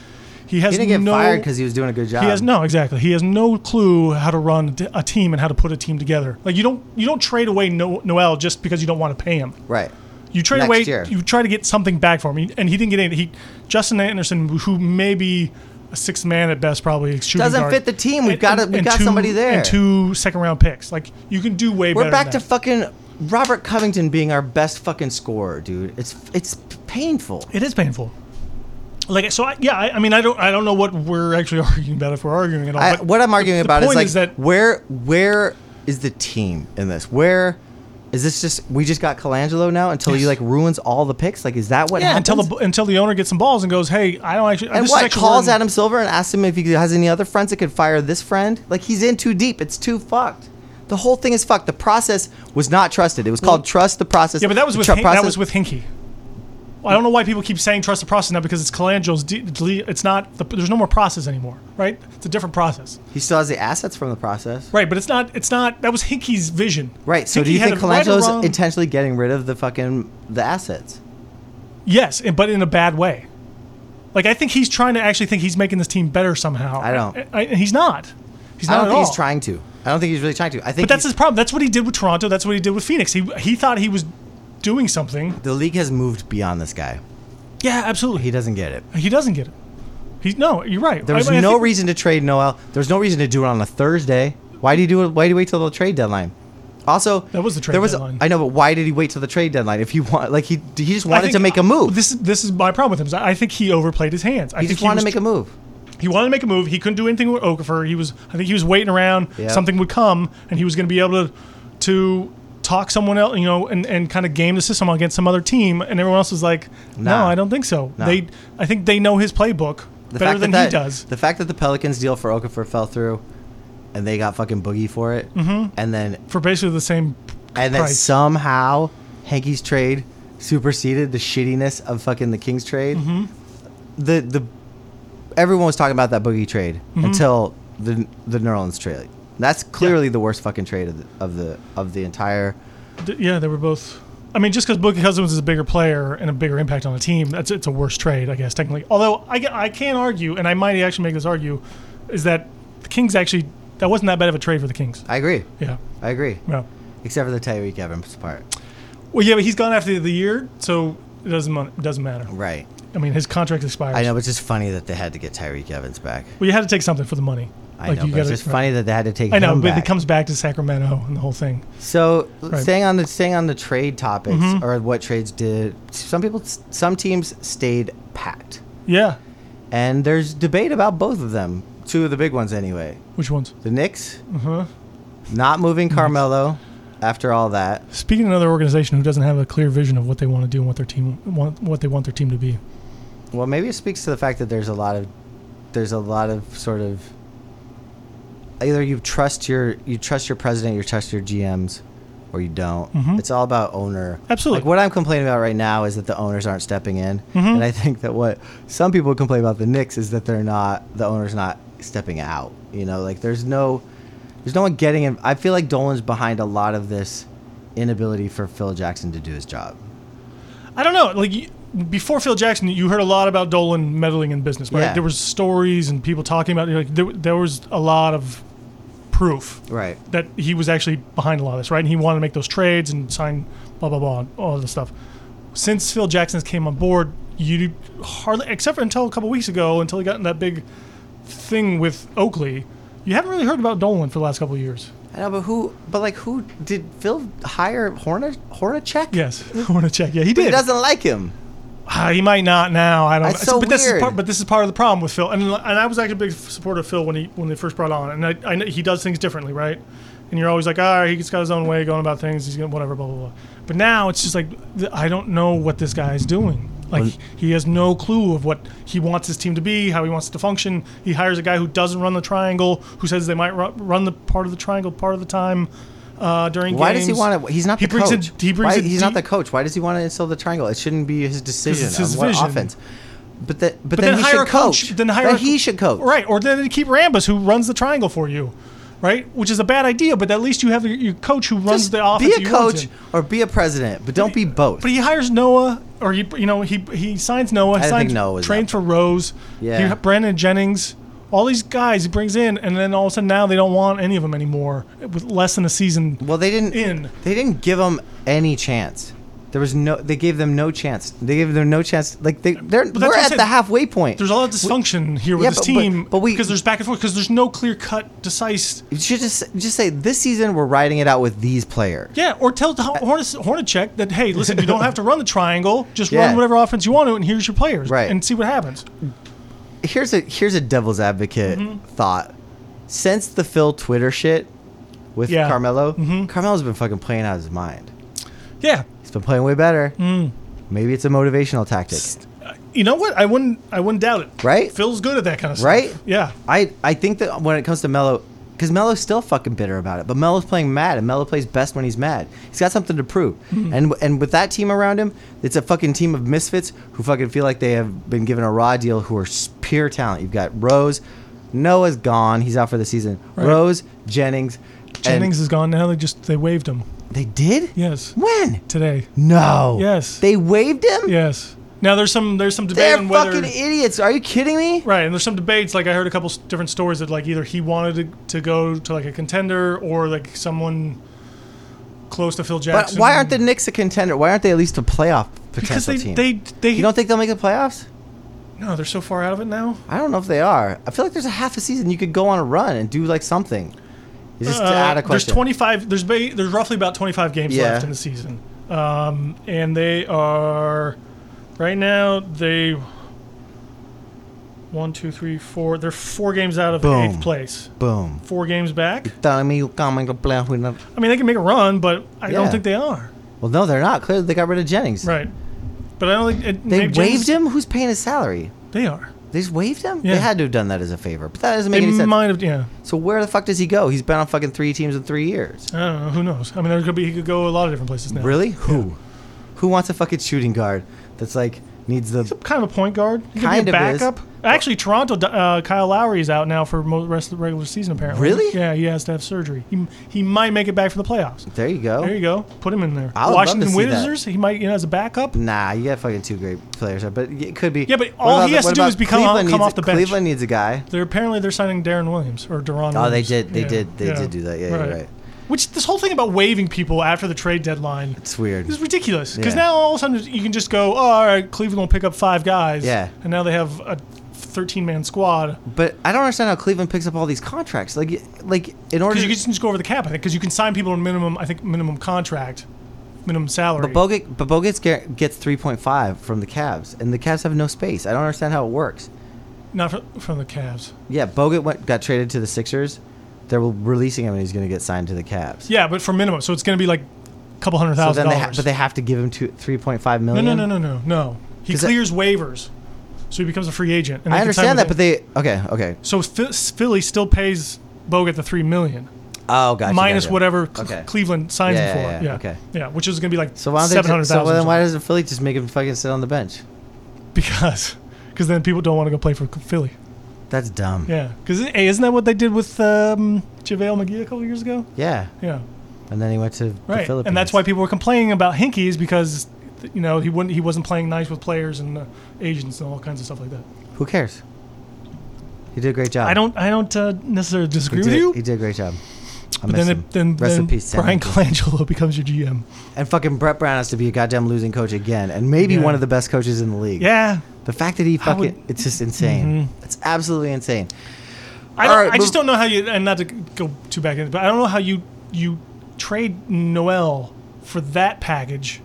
C: He has
B: He didn't get
C: no,
B: fired um, because he was doing a good job.
C: He has no exactly. He has no clue how to run t- a team and how to put a team together. Like you don't you don't trade away no- Noel just because you don't want to pay him.
B: Right.
C: You trade
B: Next
C: away.
B: year.
C: You try to get something back for him, and he didn't get any. He Justin Anderson, who may be a sixth man at best, probably a shooting
B: Doesn't
C: guard,
B: fit the team. We've
C: and-
B: got a-
C: and-
B: we've
C: and
B: got
C: two-
B: somebody there.
C: and two second round picks. Like you can do way better.
B: We're
C: than
B: back to
C: that.
B: fucking Robert Covington being our best fucking scorer, dude. It's it's painful.
C: It is painful. Like so, I, yeah. I, I mean, I don't. I don't know what we're actually arguing about if we're arguing at all.
B: I,
C: but
B: what I'm arguing
C: the
B: about is
C: point
B: like
C: is that-
B: where where is the team in this? Where is this just we just got Colangelo now until he like ruins all the picks? Like is that what
C: yeah,
B: happens?
C: until the until the owner gets some balls and goes, "Hey, I don't actually."
B: and
C: this is
B: what
C: actually
B: calls
C: where-
B: Adam Silver and asks him if he has any other friends that could fire this friend? Like he's in too deep. It's too fucked. The whole thing is fucked. The process was not trusted. It was called trust the process.
C: Yeah, but that was with
B: Tru-
C: Hin- that
B: process-
C: was with Hinky. I don't know why people keep saying trust the process now because it's Colangelo's. De- de- it's not. The, there's no more process anymore, right? It's a different process,
B: he still has the assets from the process.
C: right? But it's not. It's not. That was Hinky's vision,
B: Right. So do
C: Hinkie
B: you
C: had
B: think
C: a right or
B: Colangelo's
C: wrong-
B: intentionally getting rid of the fucking the assets?
C: Yes, and- but in a bad way. Like I think he's trying to actually think he's making this team better somehow.
B: I don't.
C: I, I- he's not. He's
B: I
C: not
B: don't
C: at
B: think
C: all.
B: he's trying to. I don't think he's really trying to. I think
C: But that's
B: he-
C: his problem. That's what he did with Toronto. That's what he did with Phoenix. He he thought he was doing something.
B: the league has moved beyond this guy.
C: Yeah, absolutely.
B: He doesn't get it.
C: He doesn't get it. He's no. You're right.
B: There was
C: I- I
B: no
C: think-
B: reason to trade Noel. There's no reason to do it on a Thursday. Why do you do it? Why do you wait till the trade deadline? Also,
C: That was the trade
B: there was,
C: deadline.
B: I know, but why did he wait till the trade deadline? If he want, like he he just wanted
C: I
B: to
C: think-
B: make a move.
C: This is this is my problem with him. is I I think he overplayed his hands. I
B: he
C: think
B: just wanted
C: was
B: to make a move.
C: He wanted to make a move. He couldn't do anything with Okafor. He was, I think, he was waiting around.
B: Yeah.
C: Something would come, and he was going to be able to, to talk someone else, you know, and, and kind of game the system against some other team. And everyone else was like, "No,
B: Nah.
C: I don't think so."
B: Nah.
C: They, I think they know his playbook
B: The
C: better
B: fact
C: than
B: that,
C: he
B: that-
C: does.
B: The fact that the Pelicans deal for Okafor fell through, and they got fucking boogie for it, mm-hmm. and then
C: for basically the same.
B: and then
C: price.
B: somehow Hanky's trade superseded the shittiness of fucking the Kings trade.
C: Mm-hmm.
B: The the everyone was talking about that boogie trade
C: Mm-hmm.
B: until the the Nerlens trade. That's clearly the worst fucking trade of the, of the of the entire.
C: D- yeah, they were both. I mean, just because Boogie Cousins is a bigger player and a bigger impact on the team, that's it's a worse trade, I guess, technically. Although I, ca- I can argue, and I might actually make this argue, is that the Kings actually that wasn't that bad of a trade for the Kings.
B: I agree.
C: Yeah,
B: I agree.
C: yeah.
B: Except for the Tyreek Evans part.
C: Well, yeah, but he's gone after the year, so it doesn't mon- it doesn't matter.
B: Right.
C: I mean, his contract expires.
B: I know, but it's just funny that they had to get Tyreek Evans back.
C: Well, you had to take something for the money.
B: I know, but it's just funny that they had to take
C: I know,
B: him
C: but
B: back.
C: it comes back to Sacramento and the whole thing.
B: So
C: Right.
B: staying on the staying on the trade topics or what trades did some people some teams stayed packed,
C: Yeah.
B: and there's debate about both of them. Two of the big ones anyway.
C: Which ones? Uh-huh.
B: The Knicks,
C: Mm.
B: not moving Carmelo after all that.
C: Speaking of another organization who doesn't have a clear vision of what they want to do and what their team want, what they want their team to be.
B: Well, maybe it speaks to the fact that there's a lot of there's a lot of sort of either you trust your you trust your president, you trust your GMs, or you don't. It's all about owner.
C: Absolutely.
B: Like what I'm complaining about right now is that the owners aren't stepping in, and I think that what some people complain about the Knicks is that they're not the owners not stepping out. You know, like there's no there's no one getting in. I feel like Dolan's behind a lot of this inability for Phil Jackson to do his job.
C: I don't know. Like you- before Phil Jackson, you heard a lot about Dolan meddling in business, right?
B: Yeah.
C: There was stories and people talking about it. like there, there was a lot of proof
B: Right.
C: that he was actually behind a lot of this, right? And he wanted to make those trades and sign blah blah blah, and all this stuff. Since Phil Jackson's came on board, you hardly, except for until a couple weeks ago, until he got in that big thing with Oakley, you haven't really heard about Dolan for the last couple of years.
B: I know, but who? But like, who did Phil hire Horna Hornacek?
C: Yes, I want to check. Yeah, he
B: but
C: did.
B: he doesn't like him.
C: Ah, he might not now. I don't.
B: That's so
C: but this
B: weird.
C: is part. But this is part of the problem with Phil. And and I was actually a big supporter of Phil when he when they first brought on. And I, I know he does things differently, right? And you're always like, all right, he's got his own way going about things. He's gonna whatever, blah blah blah. But now it's just like th- I don't know what this guy is doing. Like he has no clue of what he wants his team to be, how he wants it to function. He hires a guy who doesn't run the triangle, who says they might ru- run the part of the triangle part of the time uh, during
B: Why
C: games.
B: does he want to? He's not
C: He
B: the
C: brings
B: coach.
C: A, he brings
B: Why-
C: a
B: he's not the
C: deep-
B: coach. Why does he want to install the triangle? It shouldn't be his decision
C: it's his
B: on what
C: vision.
B: offense. But, that, but,
C: But
B: then,
C: then,
B: he
C: hire
B: should
C: a coach.
B: coach.
C: Then hire
B: Then
C: a-
B: he should coach.
C: Right, or then keep Rambus, who runs the triangle for you. right? Which is a bad idea, but at least you have your, your coach who runs
B: Just
C: the offense.
B: be a
C: you want
B: coach
C: to.
B: or be a president, but don't be both.
C: But he hires Noah, or he, you know, he he signs Noah.
B: I didn't
C: signs,
B: think Noah was
C: trains
B: up.
C: for Rose.
B: Yeah.
C: he, Brandon Jennings, all these guys he brings in, and then all of a sudden now they don't want any of them anymore with less than a season.
B: Well, they didn't.
C: In.
B: They didn't give them any chance. There was no. They gave them no chance. They gave them no chance. Like they, they're
C: that's
B: we're
C: what I
B: at
C: said.
B: the halfway point.
C: There's a lot of dysfunction here with
B: Yeah,
C: this
B: but- but-
C: team,
B: but we-
C: because there's back and forth because there's no clear cut, decisive.
B: You should just just say this season we're riding it out with these players.
C: Yeah, or tell
B: Uh,
C: Hornacek Hornacek that hey, listen, you don't have to run the triangle. Just
B: Yeah.
C: run whatever offense you want to, and here's your players,
B: Right.
C: And see what happens.
B: Here's a here's a devil's advocate thought. Since the Phil Twitter shit with
C: Yeah.
B: Carmelo, Carmelo's been fucking playing out of his mind.
C: Yeah,
B: He's been playing way better. Maybe it's a motivational tactic,
C: you know what? I wouldn't. I wouldn't doubt it.
B: right?
C: Phil's good at that kind of stuff.
B: Right?
C: Yeah.
B: I, I think that when it comes to Melo, because Melo's still fucking bitter about it, but Melo's playing mad, and Melo plays best when he's mad. He's got something to prove,
C: Mm-hmm.
B: and and with that team around him, it's a fucking team of misfits who fucking feel like they have been given a raw deal, who are s- pure talent. You've got Rose, Noah's gone, he's out for the season.
C: Right.
B: Rose Jennings, and-
C: Jennings is gone now. They just they waived him.
B: they did
C: Yes.
B: when
C: Today.
B: no
C: Yes.
B: they waived him.
C: Yes. Now there's some there's some debate
B: They're
C: on
B: fucking
C: whether
B: idiots. Are you kidding me?
C: right and there's some debates like I heard a couple s- different stories that like either he wanted to, to go to like a contender or like someone close to Phil
B: But
C: Jackson.
B: why aren't the Knicks a contender? Why aren't they at least a playoff
C: because
B: potential
C: they
B: team?
C: they they
B: you don't think they'll make the playoffs?
C: no they're so far out of it now.
B: I don't know if they are. I feel like there's a half a season you could go on a run and do like something. It's just
C: Uh,
B: out of
C: there's
B: question.
C: 25. There's ba- there's roughly about 25 games
B: Yeah.
C: left in the season, um, and they are right now they one two three four. They're four games out of
B: Boom.
C: eighth place.
B: Boom.
C: Four games back.
B: Tell me you're coming to play with no-
C: I mean, they can make a run, but I
B: Yeah.
C: don't think they are.
B: Well, no, they're not. Clearly, they got rid of Jennings.
C: Right. But I don't think it,
B: They
C: maybe
B: waived
C: James-
B: him. Who's paying his salary?
C: They are.
B: They just waived him.
C: Yeah.
B: They had to have done that as a favor, but that doesn't make
C: They
B: any sense.
C: might have. Yeah.
B: so where the fuck does he go? He's been on fucking three teams in three years.
C: I don't know. Who knows? I mean, there could be. He could go a lot of different places now.
B: Really? Who? Who wants a fucking shooting guard that's like needs the?
C: kind of a point guard. He could
B: Kind
C: be a
B: of is.
C: backup. Actually, Toronto, uh, Kyle Lowry is out now for most rest of the regular season. Apparently,
B: Really?
C: Yeah, he has to have surgery. He, he might make it back for the playoffs.
B: There you go.
C: There you go. Put him in there.
B: I would love to
C: Washington
B: see that.
C: Wizards. He might you know as a backup.
B: Nah, you got fucking two great players, but it could be.
C: Yeah, but
B: What
C: all
B: about
C: he
B: the-
C: has to
B: what
C: do
B: about
C: is become-
B: Cleveland
C: come
B: needs-
C: off the bench.
B: Cleveland needs a guy.
C: They're apparently they're signing Darren Williams or Deron.
B: Oh, they
C: Williams.
B: did. They
C: Yeah,
B: did. They
C: yeah,
B: did do that. Yeah, you're right.
C: Which this whole thing about waiving people after the trade deadline
B: It's weird.
C: is ridiculous. Because
B: Yeah.
C: now all of a sudden you can just go, oh, all right, Cleveland will pick up five guys.
B: Yeah.
C: And now they have a 13 man squad.
B: But I don't understand how Cleveland picks up all these contracts. Like, like in order,
C: Because you
B: to,
C: can just go over the cap, I think, because you can sign people on minimum, I think, minimum contract, minimum salary.
B: but Bogut, but Bogut gets, gets three point five from the Cavs, and the Cavs have no space. I don't understand how it works.
C: not fr- from the Cavs.
B: Yeah, Bogut went, got traded to the Sixers. They're releasing him, and he's going to get signed to the Cavs.
C: Yeah, but for minimum. So it's going to be like a couple hundred
B: So
C: thousand
B: then they ha-
C: dollars.
B: but they have to give him two, 3.5
C: no,
B: million.
C: no, no, no, no, no. He
B: 'Cause that-
C: clears waivers, so he becomes a free agent. and they
B: I
C: can sign
B: understand that,
C: with
B: but they okay, okay.
C: it. so Phil- Philly still pays Bogut the three million
B: Oh, gotcha.
C: minus
B: gotcha.
C: whatever Cle-
B: Okay.
C: Cleveland signs
B: Yeah,
C: him
B: yeah,
C: for.
B: yeah, okay.
C: Yeah, which is going to be like
B: So why don't
C: seven
B: they?
C: hundred
B: Just, so
C: thousand.
B: then why doesn't Philly just make him fucking sit on the bench?
C: because because then people don't want to go play for Philly.
B: That's dumb.
C: Yeah, because hey, isn't that what they did with um, JaVale McGee a couple years ago?
B: Yeah.
C: Yeah,
B: And then he went to the
C: right.
B: Philippines.
C: And that's why people were complaining about Hinkies because th- you know he wouldn't he wasn't playing nice with players and uh, agents and all kinds of stuff like that.
B: Who cares? He did a great job.
C: I don't I don't uh, necessarily
B: He
C: disagree
B: did,
C: with you.
B: He did a great job. I
C: But
B: miss
C: then,
B: him.
C: it, then,
B: Rest
C: then
B: in peace, Sam
C: Brian
B: Hinkie.
C: Colangelo becomes your GM.
B: And fucking Brett Brown has to be a goddamn losing coach again, and maybe
C: Yeah.
B: one of the best coaches in the league.
C: Yeah,
B: The fact that he fucking
C: would- Mm-hmm.
B: it's just insane. It's absolutely insane.
C: I,
B: All
C: don't-
B: right,
C: I just
B: move-
C: don't know how you and not to go too back into, it, but I don't know how you you trade Noel for that package,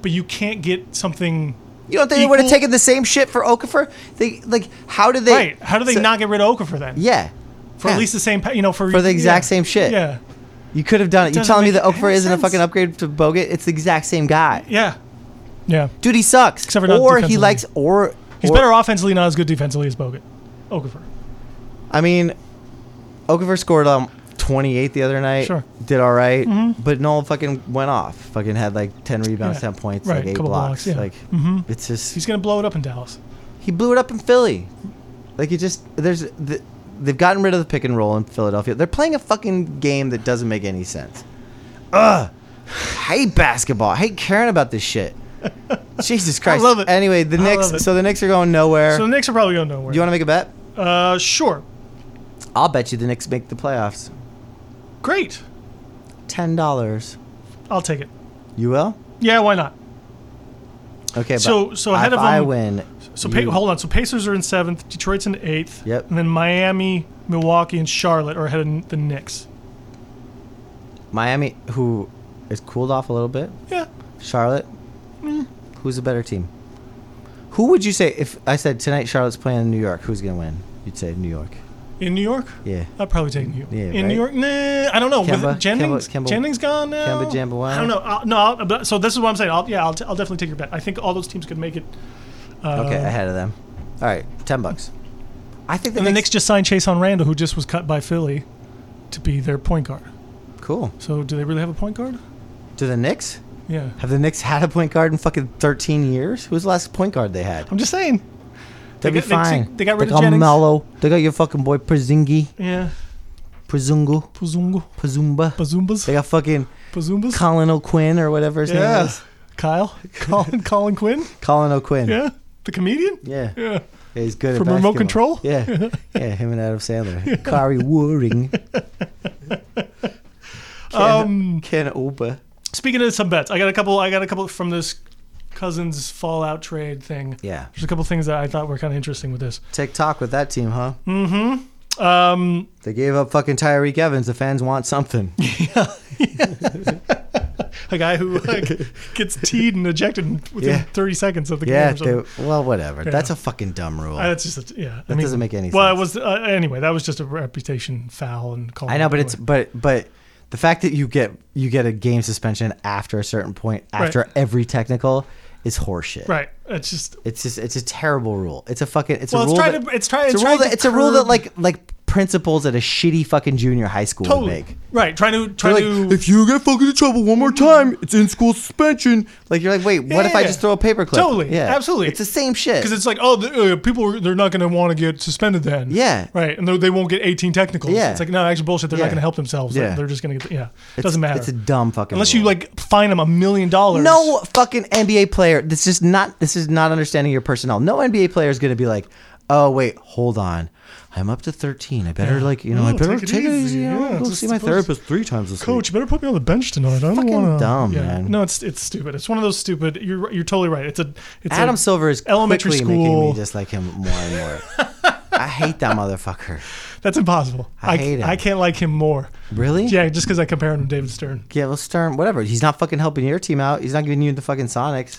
C: but you can't get something.
B: You don't think they would have
C: Equal-
B: taken the same shit for Okafor? They like how did they
C: Right? How do they
B: so-
C: not get rid of Okafor then?
B: Yeah.
C: for
B: Yeah.
C: at least the same, pa- you know, for
B: For the exact
C: yeah.
B: same shit.
C: Yeah,
B: you could have done it. You're
C: doesn't
B: telling me
C: make
B: that Okafor
C: any
B: isn't a
C: sense.
B: fucking upgrade to Bogut? It's the exact same guy.
C: yeah, yeah.
B: Dude, he sucks.
C: Except for not
B: or he
C: defensively.
B: likes or
C: He's
B: or-
C: better offensively, not as good defensively as Bogut. Okafor.
B: I mean, Okafor scored um 28 the other night.
C: Sure. Mm-hmm.
B: Did all right, but Noel fucking went off. Fucking had like 10 rebounds,
C: Yeah.
B: 10 points,
C: Right,
B: like 8
C: couple
B: blocks.
C: blocks, yeah. Mm-hmm.
B: Like it's just
C: He's gonna blow it up in Dallas.
B: he blew it up in Philly. Like he just there's the, They've gotten rid of the pick and roll in Philadelphia. They're playing a fucking game that doesn't make any sense. Ugh. hate basketball. I hate caring about this shit. Jesus Christ.
C: love it.
B: Anyway, the
C: I love
B: Knicks.
C: it.
B: So the Knicks are going nowhere.
C: So the Knicks are probably going nowhere.
B: you want to make a bet?
C: uh, sure.
B: I'll bet you the Knicks make the playoffs.
C: Great.
B: Ten dollars.
C: I'll take it.
B: You will?
C: Yeah, why not?
B: Okay. but
C: So- so ahead
B: if
C: of
B: I
C: them-
B: win.
C: So pa-
B: you-
C: hold on. So Pacers are in seventh. Detroit's in eighth.
B: Yep.
C: And then Miami, Milwaukee, and Charlotte are ahead of the Knicks.
B: Miami, who is cooled off a little bit.
C: Yeah.
B: Charlotte. Who's a better team? Who would you say if I said tonight Charlotte's playing in New York? Who's gonna win? You'd say New York.
C: In New York,
B: Yeah.
C: I'd probably take New York.
B: Yeah,
C: in
B: right?
C: New York, nah, I don't know.
B: Kemba-
C: With Jennings,
B: Kemba- Kemba-
C: Jennings gone now.
B: Kemba Jambawana?
C: I don't know. I'll, no, I'll, but- so this is what I'm saying. I'll, yeah, I'll, t- I'll definitely take your bet. I think all those teams could make it. Uh,
B: Okay, ahead of them. All right, ten bucks. I think the
C: And the Knicks
B: Knicks.
C: just signed Chase on Randall, who just was cut by Philly, to be their point guard.
B: Cool.
C: So do they really have a point guard?
B: Do the Knicks
C: Yeah.
B: have the Knicks had a point guard in fucking thirteen years? Who was the last point guard they had?
C: I'm just saying.
B: They'll be
C: got- they took-
B: fine.
C: they got rid of
B: got
C: Jennings.
B: Melo. They got your fucking boy Przyngi,
C: Yeah.
B: Przungu,
C: Pazungo.
B: Pazumba. They
C: Pazumbas.
B: got fucking
C: Pazumbas.
B: Colin O'Quinn or whatever his name
C: yeah.
B: is.
C: Kyle. Colin, Colin Quinn.
B: Colin O'Quinn.
C: Yeah. The comedian.
B: Yeah.
C: Yeah.
B: Yeah, he's good
C: From
B: at
C: Remote
B: basketball.
C: Control?
B: Yeah, yeah, him and Adam Sandler, Kari Waring, Ken,
C: Um,
B: Ken Oba.
C: Speaking of some bets, I got a couple. I got a couple from this cousins fallout trade thing.
B: Yeah,
C: There's a couple things that I thought were kind of interesting with this.
B: TikTok with that team, huh?
C: Um,
B: They gave up fucking Tyreek Evans. The fans want something.
C: a guy who like, gets teed and ejected within
B: Yeah.
C: 30 seconds of the
B: Yeah,
C: game. Or something.
B: they, well, whatever.
C: Yeah.
B: That's a fucking dumb rule.
C: Uh, that's just a, yeah. That
B: doesn't make any
C: Well, it
B: sense.
C: was uh, anyway. That was just a reputation foul and call.
B: I know, but
C: anyway.
B: it's but but the fact that you get you get a game suspension after a certain point after
C: Right.
B: every technical is horseshit.
C: right. It's just
B: It's just it's a terrible rule. It's a fucking it's
C: well,
B: a
C: it's
B: rule.
C: trying
B: that-
C: to it's trying
B: it's
C: it's
B: a rule that
C: trying to
B: it's a rule that
C: curb-
B: like like principals at a shitty fucking junior high school
C: totally
B: would make.
C: right. Trying to
B: They're
C: try to
B: like, if you get fucking in trouble one more time, it's in school suspension. Like you're like, wait, what if I
C: Mm-hmm. Yeah.
B: just throw a paperclip?
C: Totally. Absolutely.
B: It's the same shit.
C: because it's like oh the, uh, people are- they're not going to want to get suspended then
B: Yeah.
C: right and they're- they won't get 18 technicals
B: Yeah.
C: it's like no actually bullshit they're
B: Yeah.
C: not going to help themselves
B: Yeah.
C: they're just going to get yeah it
B: It's-
C: doesn't matter
B: It's a dumb fucking.
C: unless you
B: rule.
C: like fine them a million dollars
B: No fucking NBA player. This is not. This is not understanding your personnel. No NBA player is going to be like, oh wait, hold on, I'm up to 13. I better like you know, I
C: No,
B: better
C: take it
B: take it easy.
C: easy.
B: you know,
C: Yeah,
B: go
C: just
B: see my
C: suppose-
B: therapist three times this
C: coach
B: week.
C: you better put me on the bench tonight i don't
B: fucking
C: want to
B: dumb, man.
C: no it's it's stupid it's one of those stupid you're you're totally right it's a it's a-
B: Adam Silver is
C: elementary
B: quickly making me
C: school.
B: dislike him more and more. I hate that motherfucker.
C: that's impossible
B: I hate him.
C: I can't like him more
B: Really?
C: yeah just because i compare him to david stern
B: Yeah, well, Stern, whatever. He's not fucking helping your team out. He's not giving you the fucking Sonics.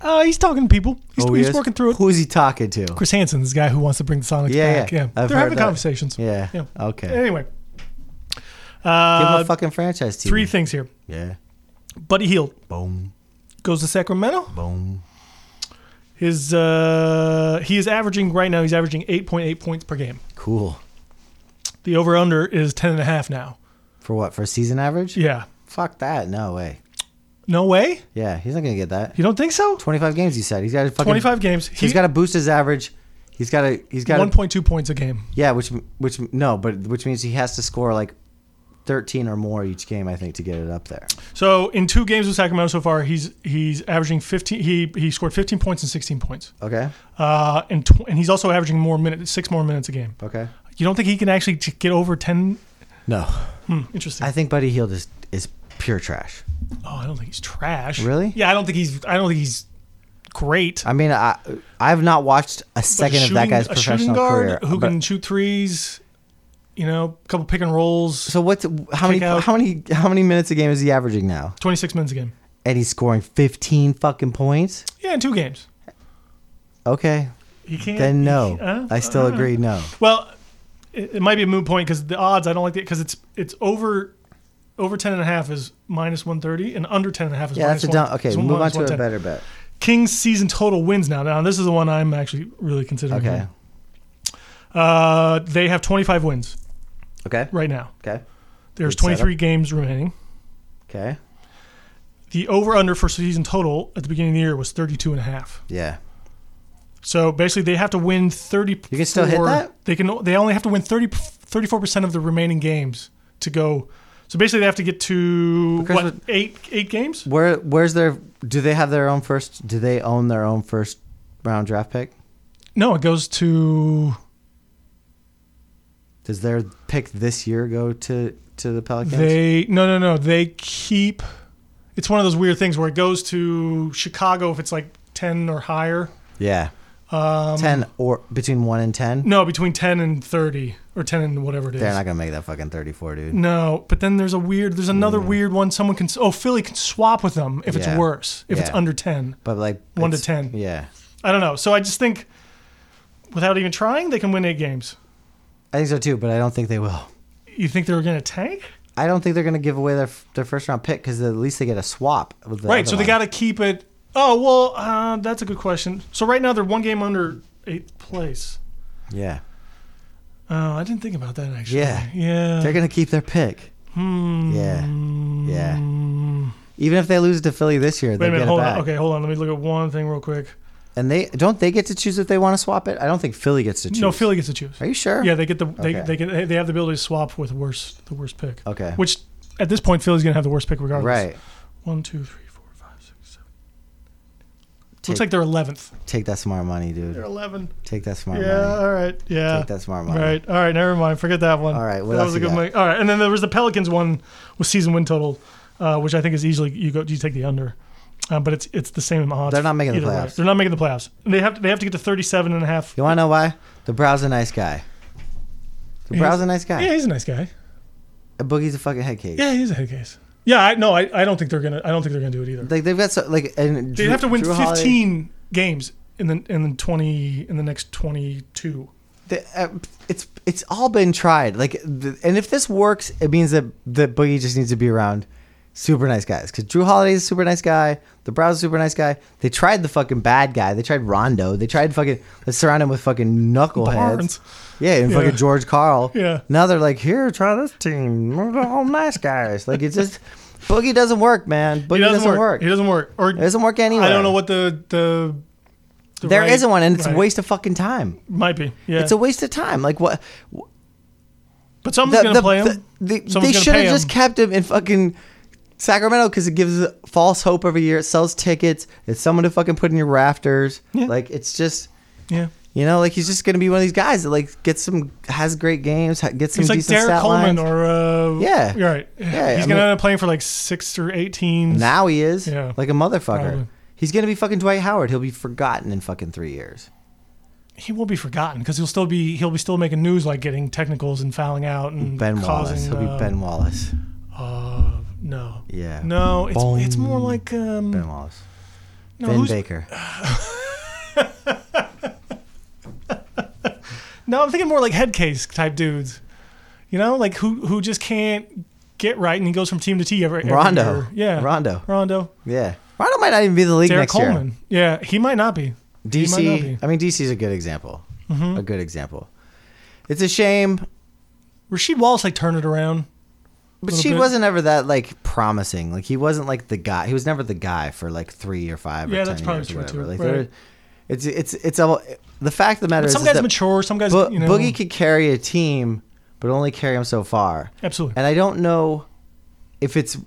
C: uh he's talking to people he's,
B: Oh, he
C: he's
B: is?
C: working through it
B: Who is he talking to?
C: Chris Hansen, this guy who wants to bring the Sonics
B: Yeah,
C: back.
B: yeah.
C: Yeah,
B: I've
C: they're
B: heard
C: having
B: that.
C: conversations.
B: Yeah. Okay.
C: Anyway,
B: Give him
C: uh,
B: a fucking franchise team.
C: three things here.
B: Yeah.
C: Buddy Heald
B: Boom.
C: goes to Sacramento.
B: Boom.
C: His uh, he is averaging right now. He's averaging eight point eight points per game.
B: Cool.
C: The over under is ten and a half now.
B: For what? For a season average?
C: Yeah.
B: Fuck that. No way.
C: No way.
B: Yeah, he's not gonna get that.
C: You don't think so?
B: 25 games. You said he's got to fucking.
C: Twenty five games.
B: He's got to boost his average. He's got to. He's got
C: one
B: to.
C: point two points a game.
B: Yeah, which which no, but which means he has to score like 13 or more each game, I think, to get it up there.
C: So in two games with Sacramento so far, he's he's averaging fifteen. He he scored fifteen points and sixteen points.
B: Okay.
C: Uh, and tw- and he's also averaging more minutes, six more minutes a game.
B: Okay.
C: You don't think he can actually t- get over 10?
B: No,
C: Interesting.
B: I think Buddy Heald is is pure trash.
C: oh, I don't think he's trash.
B: Really?
C: Yeah, I don't think he's. I don't think he's great.
B: I mean, I I've not watched a
C: But a
B: second of that guy's
C: a
B: professional
C: shooting guard
B: career.
C: who
B: but-
C: can shoot threes. You know, a couple pick and rolls.
B: so what's how many
C: kick out.
B: how many how many minutes a game is he averaging now?
C: 26 minutes a game.
B: And he's scoring 15 fucking points.
C: Yeah, in two games.
B: Okay,
C: He can't.
B: then no,
C: he- uh,
B: I still
C: uh.
B: agree. No,
C: Well, it, it might be a moot point because the odds. I don't like it because it's it's over. Over ten and a half is minus one thirty, and under ten and a half is
B: yeah,
C: minus
B: that's a
C: one-
B: dumb. Okay,
C: is
B: move on
C: minus
B: to a
C: 110.
B: better bet.
C: Kings season total wins now. Now this is the one I'm actually really considering.
B: Okay,
C: here. Uh, they have 25 wins
B: okay,
C: right now.
B: okay,
C: There's
B: Good setup.
C: 23 games remaining.
B: okay.
C: The over under for season total at the beginning of the year was 32 and a half.
B: Yeah,
C: So basically, they have to win 30.
B: You can still hit that?
C: They can. They only have to win 30, 34% of the remaining games to go. So basically, they have to get to
B: Because
C: what
B: with-
C: eight eight games.
B: Where where's their? Do they have their own first? Do they own their own first round draft pick?
C: No, it goes to
B: Does their pick this year go to to the Pelicans?
C: they. No, no, no. They keep. It's one of those weird things where it goes to Chicago if it's like ten or higher.
B: yeah. ten or between one and ten.
C: Um, No, between ten and thirty or ten and whatever it is.
B: They're not gonna make that fucking thirty-four, dude.
C: No, but then there's a weird. There's another weird one. Someone can. Oh, Philly can swap with them if
B: Hmm. Yeah.
C: it's worse. If it's
B: Yeah.
C: under ten.
B: But like
C: One to
B: it's-
C: 10.
B: Yeah,
C: I don't know. So I just think, without even trying, they can win eight games.
B: I think so too. But I don't think they will.
C: You think they're going to tank?
B: I don't think they're gonna give away their f- their first round pick because at least they get a swap. With the
C: right.
B: other
C: So they
B: one.
C: got to keep it. Oh well, uh, that's a good question. So right now they're one game under eighth place.
B: Yeah,
C: Oh, I didn't think about that actually.
B: Yeah.
C: Yeah.
B: they're gonna keep their pick. Hmm. Yeah, yeah. Even if they lose it to Philly this year,
C: Wait
B: they
C: a minute.
B: get
C: Hold
B: it back.
C: on. Okay, hold on. Let me look at one thing real quick.
B: And they don't they get to choose if they want to swap it. I don't think Philly gets to choose.
C: No, Philly gets to choose.
B: Are you sure?
C: Yeah, they get the they,
B: Okay.
C: they get they- they have the ability to swap with worse the worst pick.
B: Okay.
C: Which at this point Philly's gonna have the worst pick regardless.
B: Right.
C: One, two, three, four, five, six, seven.
B: Take-
C: Looks like they're eleventh.
B: Take that smart money,
C: They're
B: dude.
C: eleven.
B: Take that smart
C: Yeah.
B: money.
C: All right. Yeah.
B: Take that smart
C: All
B: money.
C: right. All right. Never mind. Forget that one.
B: All right, what
C: that
B: else
C: was a
B: you
C: good
B: got?
C: one. All right. And then there was the Pelicans one with season win total, uh, which I think is easily you go you take the under, uh, but it's it's the same odds.
B: They're not making the
C: either way.
B: playoffs.
C: They're not making the playoffs. They have to, they have to get to 37 and a half.
B: You want to know why? The Brow's a nice guy. The
C: He's-
B: Brow's a nice guy.
C: Yeah, he's a nice guy.
B: A boogie's a fucking head case.
C: Yeah, he's a head case. Yeah, I no, I, I don't think they're gonna I don't think they're gonna do it either.
B: Like they've got so like and
C: They'd
B: Drew-
C: have to win
B: Drew
C: 15
B: Holiday-
C: games in the in the 20 in the next 22.
B: the, uh, it's it's all been tried. Like, the, and if this works, it means that that Boogie just needs to be around super nice guys. Because Drew Holiday's a super nice guy. The Brown's a super nice guy. They tried the fucking bad guy. They tried Rondo. They tried fucking let's surround him with fucking knuckleheads.
C: Barnes.
B: Yeah, and
C: Yeah.
B: fucking George Carl.
C: Yeah.
B: Now they're like, here, try this team. We're all nice guys. Like it's just Boogie doesn't work, man. Boogie
C: He
B: doesn't,
C: doesn't, work.
B: work.
C: He doesn't work. Or
B: It doesn't work anywhere.
C: I don't know what the the, the
B: There
C: right-
B: not one, and it's
C: right.
B: a waste of fucking time.
C: Might be. Yeah.
B: It's a waste of time. Like what?
C: but someone's going to play him.
B: the-
C: Someone's
B: they
C: gonna
B: should have
C: pay him.
B: just kept him in fucking Sacramento because it gives false hope every year. It sells tickets. It's someone to fucking put in your rafters.
C: Yeah.
B: Like it's just
C: yeah.
B: you know like he's just gonna be one of these guys that like gets some has great games, ha- gets some
C: He's like
B: decent
C: Derek
B: stat
C: Coleman
B: lines.
C: or uh
B: Yeah.
C: You're right.
B: Yeah,
C: He's
B: I mean-
C: going to end up playing for like 6 or 18.
B: now he is
C: Yeah.
B: like a motherfucker.
C: Probably.
B: He's gonna be fucking Dwight Howard. He'll be forgotten in fucking three years.
C: He will be forgotten cuz he'll still be he'll be still making news like getting technicals and fouling out and
B: Ben Wallace.
C: causing
B: He'll
C: uh,
B: be Ben Wallace.
C: Uh, no.
B: Yeah.
C: No, it's
B: Boom.
C: it's more like um
B: Ben Wallace.
C: no,
B: ben
C: who's-
B: Baker.
C: No, I'm thinking more like head case type dudes. You know, like who who just can't get right and he goes from team to team every, every
B: Rondo.
C: year. Yeah.
B: Rondo.
C: Rondo.
B: Yeah. Rondo might not even be in the league
C: Derek
B: next year.
C: Coleman. Yeah, he might not be. He might not be.
B: DC. I mean, DC is a good example.
C: Mm-hmm.
B: A good example. It's a shame,
C: Rasheed Wallace like turn it around.
B: but
C: Little
B: she
C: bit.
B: wasn't ever that like promising. Like he wasn't like the guy. He was never the guy for like three or five.
C: Yeah,
B: or
C: that's
B: ten
C: probably
B: years
C: true,
B: or whatever.
C: too,
B: Like
C: right.
B: there- it's it's it's all the fact of the matter
C: But
B: is,
C: some
B: is
C: guys
B: that
C: mature, some guys
B: Bo-
C: you know
B: Boogie could carry a team, but only carry him so far.
C: Absolutely.
B: And I don't know if it's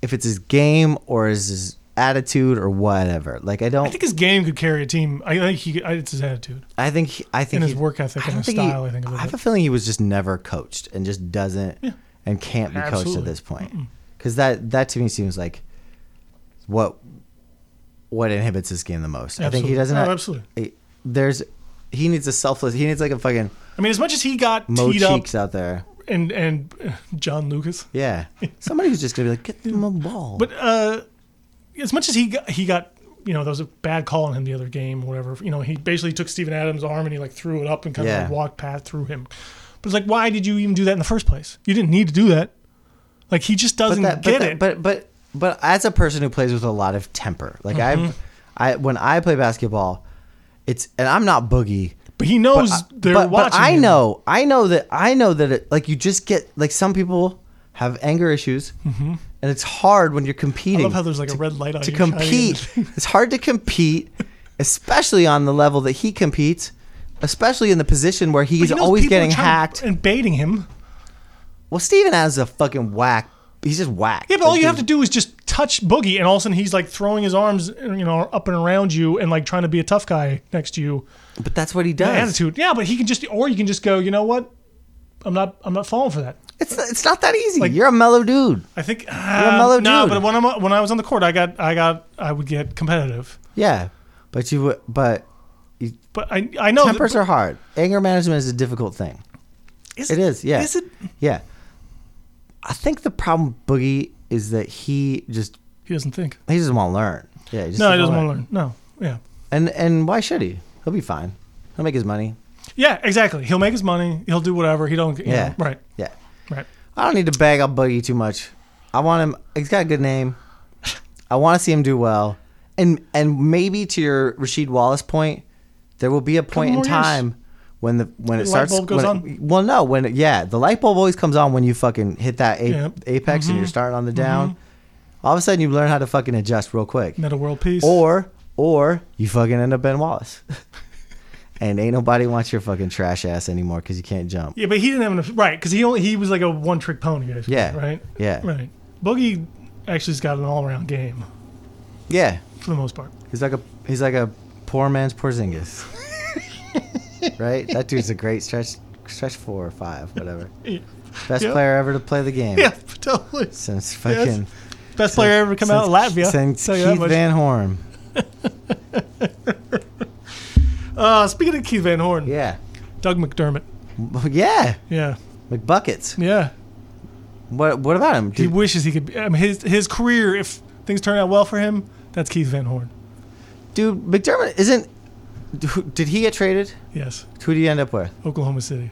B: if it's his game or is his attitude or whatever. Like I don't.
C: I think his game could carry a team. I think he I, it's his attitude.
B: I think he, I think
C: And his
B: he-
C: work ethic
B: I
C: and
B: don't
C: his
B: think he-
C: style, I think, is a
B: I have
C: bit-
B: a feeling he was just never coached and just doesn't and can't be coached
C: Absolutely.
B: at this point. Because that that to me seems like what what inhibits this game the most. I think he
C: Absolutely.
B: doesn't.
C: Oh,
B: have,
C: absolutely.
B: he- There's he needs a selfless. He needs like a fucking
C: I mean, as much as he got
B: Mo
C: teed up
B: Cheeks out there.
C: and and uh, John Lucas,
B: Yeah, somebody who's just gonna be like, get them a ball.
C: But uh, as much as he got, he got, you know, there was a bad call on him the other game, whatever. You know, he basically took Steven Adams' arm and he like threw it up and kind
B: Yeah.
C: of like, walked past through him. But it's like, why did you even do that in the first place? You didn't need to do that. Like he just doesn't
B: that-
C: get
B: that-
C: it.
B: But but but as a person who plays with a lot of temper, like
C: Mm-hmm.
B: I've I when I play basketball, it's and I'm not boogie.
C: But he knows they're
B: but,
C: watching.
B: But I
C: him.
B: know, I know that, I know that, it, like you just get like some people have anger issues, and it's hard when you're
C: Mm-hmm. I
B: competing
C: love how there's like a red light on
B: to
C: you shining.
B: compete. it's hard to compete especially on the level that he competes, especially in the position where
C: But
B: he's
C: he knows
B: always
C: people are
B: getting
C: trying to-
B: hacked.
C: and baiting him.
B: Well, Steven has a fucking whack. He's just whack.
C: Yeah, but all you have to do is just touch Boogie, and all of a sudden he's like throwing his arms, you know, up and around you, and like trying to be a tough guy next to you.
B: But that's what he
C: That
B: does.
C: attitude, yeah. But he can just, or you can just go, you know what? I'm not, I'm not falling for that.
B: It's it's not that easy.
C: Like-
B: You're a mellow dude.
C: I think
B: a
C: uh,
B: mellow
C: no,
B: dude.
C: but when I'm when I was on the court, I got, I got, I would get competitive.
B: Yeah, but you would- but
C: But I, I know
B: tempers
C: that,
B: are hard. Anger management is a difficult thing.
C: is
B: It is. Yeah.
C: Is it?
B: Yeah. I think the problem with Boogie is that he just
C: He doesn't think.
B: he doesn't want to learn. Yeah. just
C: No, he doesn't want to learn. No, yeah,
B: And and why should he? He'll be fine. He'll make his money.
C: yeah, exactly. He'll make his money. He'll do whatever. He don't. You
B: Yeah.
C: Know, right.
B: Yeah.
C: Right.
B: I don't need to bag up Boogie too much. I want him. He's got a good name. I want to see him do well. And and maybe to your Rasheed Wallace point, there will be a point in
C: more years.
B: time when the when it
C: The light
B: starts.
C: bulb goes
B: when it- well, no, when it, yeah, the light bulb always comes on when you fucking hit that a-
C: Yep. Mm-hmm.
B: apex and you're starting on the down. All of a sudden, you learn how to fucking adjust real quick.
C: Meta world peace.
B: Or or you fucking end up Ben Wallace. and ain't nobody wants your fucking trash ass anymore because you can't jump.
C: Yeah, but he didn't have enough. Right, because he only he was like a one trick pony. I think,
B: Yeah.
C: Right.
B: Yeah.
C: Right. Boogie actually's got an all around game
B: Yeah.
C: for the most part.
B: He's like a he's like a poor man's Porzingis. right? That dude's a great stretch stretch four or five, whatever.
C: Yeah.
B: Best
C: Yeah.
B: player ever to play the game.
C: Yeah, totally.
B: Since fucking
C: Best player ever to come out of Latvia.
B: Since
C: tell you that
B: Keith
C: much.
B: Van Horn.
C: uh, speaking of Keith Van Horn,
B: Yeah.
C: Doug McDermott.
B: Yeah.
C: Yeah,
B: McBuckets.
C: yeah.
B: What what about him?
C: He
B: Did-
C: wishes he could. Be, I mean, his his career, if things turn out well for him, that's Keith Van Horn.
B: dude, McDermott isn't who- did he get traded?
C: Yes,
B: Who did he end up with?
C: Oklahoma City.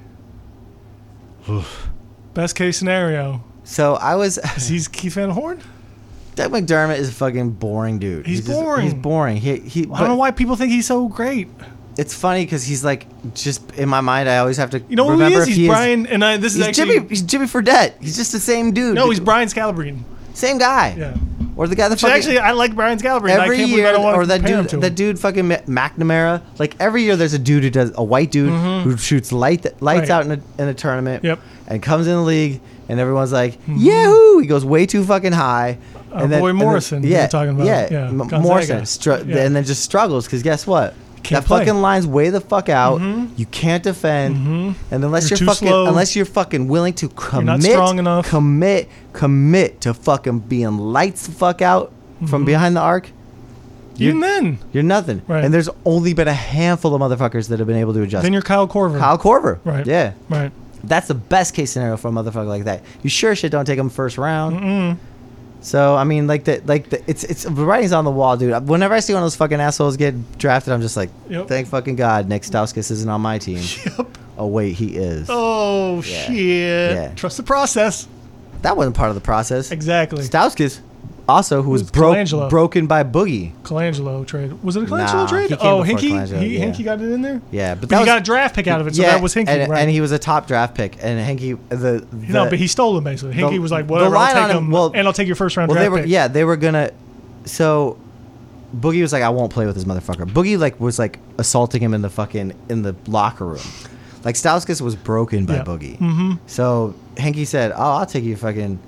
C: Best case scenario
B: So I was
C: is he's Keith Van Horn.
B: Doug McDermott is a fucking boring dude.
C: He's
B: just- he's
C: boring.
B: boring. He he.
C: I don't know
B: but
C: why people think he's so great.
B: It's funny because he's like just in my mind. I always have to
C: You know who
B: remember
C: he is?
B: if
C: He's
B: he is-
C: Brian, and I, this is
B: He's
C: actually
B: Jimmy. He's Jimmy Fredette. He's just the same dude.
C: no, he's Brian Scalabrine.
B: same guy.
C: Yeah,
B: Or the guy that
C: so
B: fucking
C: actually, I like Brian Scalabrine. I
B: every
C: can't believe
B: year,
C: I don't want
B: or
C: to
B: that
C: compare him
B: dude,
C: to
B: that
C: him.
B: dude fucking Ma- McNamara. Like every year, there's a dude who does a white dude who shoots light lights
C: Mm-hmm. Right.
B: out in a, in a tournament.
C: Yep. Mm-hmm.
B: And comes in the league, and everyone's like, "Yahoo!" He goes way too fucking high.
C: Our boy Uh, Morrison, you were
B: yeah,
C: talking about.
B: yeah,
C: Yeah,
B: M-
C: Gonzaga.
B: Morrison, str-
C: Yeah.
B: and then just struggles because guess what?
C: Can't
B: that
C: play. Mm-hmm.
B: fucking line's way the fuck out. You can't defend, and unless
C: You're
B: you're,
C: too
B: fucking,
C: slow.
B: unless you're fucking willing to commit,
C: not strong enough.
B: commit, commit to fucking being lights the fuck out
C: Mm-hmm.
B: from behind the arc.
C: Even then,
B: You're nothing.
C: Right.
B: And there's only been a handful of motherfuckers that have been able to adjust.
C: then you're Kyle Korver.
B: Kyle Korver.
C: Right.
B: Yeah.
C: Right.
B: That's the best case scenario for a motherfucker like that. You sure shit don't take him first round. So I mean, like the like the it's it's the writing's on the wall, dude. Whenever I see one of those fucking assholes get drafted, I'm just like,
C: Yep.
B: thank fucking god, Nick Stauskas isn't on my team.
C: Yep.
B: Oh wait, he is.
C: Oh shit!
B: Yeah.
C: Trust the process.
B: That wasn't part of the process.
C: Exactly.
B: Stauskas, also who was
C: Who's
B: broke
C: Colangelo?
B: broken by Boogie.
C: Colangelo trade. Was it a Colangelo
B: Nah,
C: trade?
B: he came
C: oh,
B: before
C: Hinky.
B: Colangelo,
C: he,
B: yeah.
C: Hinky got it in there.
B: Yeah, but
C: But
B: that
C: he
B: was,
C: got a draft pick out of it, so that was Hinky,
B: and,
C: right?
B: and he was a top draft pick, and Hinky the, the
C: no, but he stole him basically. Hinky
B: the-
C: was like,
B: the
C: "Whatever,
B: line
C: I'll
B: on
C: take
B: him-
C: him,
B: well-
C: and I'll take your first round
B: well
C: draft
B: they were
C: pick."
B: yeah they were gonna so Boogie was like I won't play with this motherfucker. Boogie like was like assaulting him in the fucking in the locker room. Like Stauskas was broken by
C: Yeah.
B: Boogie. Mm-hmm. So Hinky said, "Oh, I'll take you fucking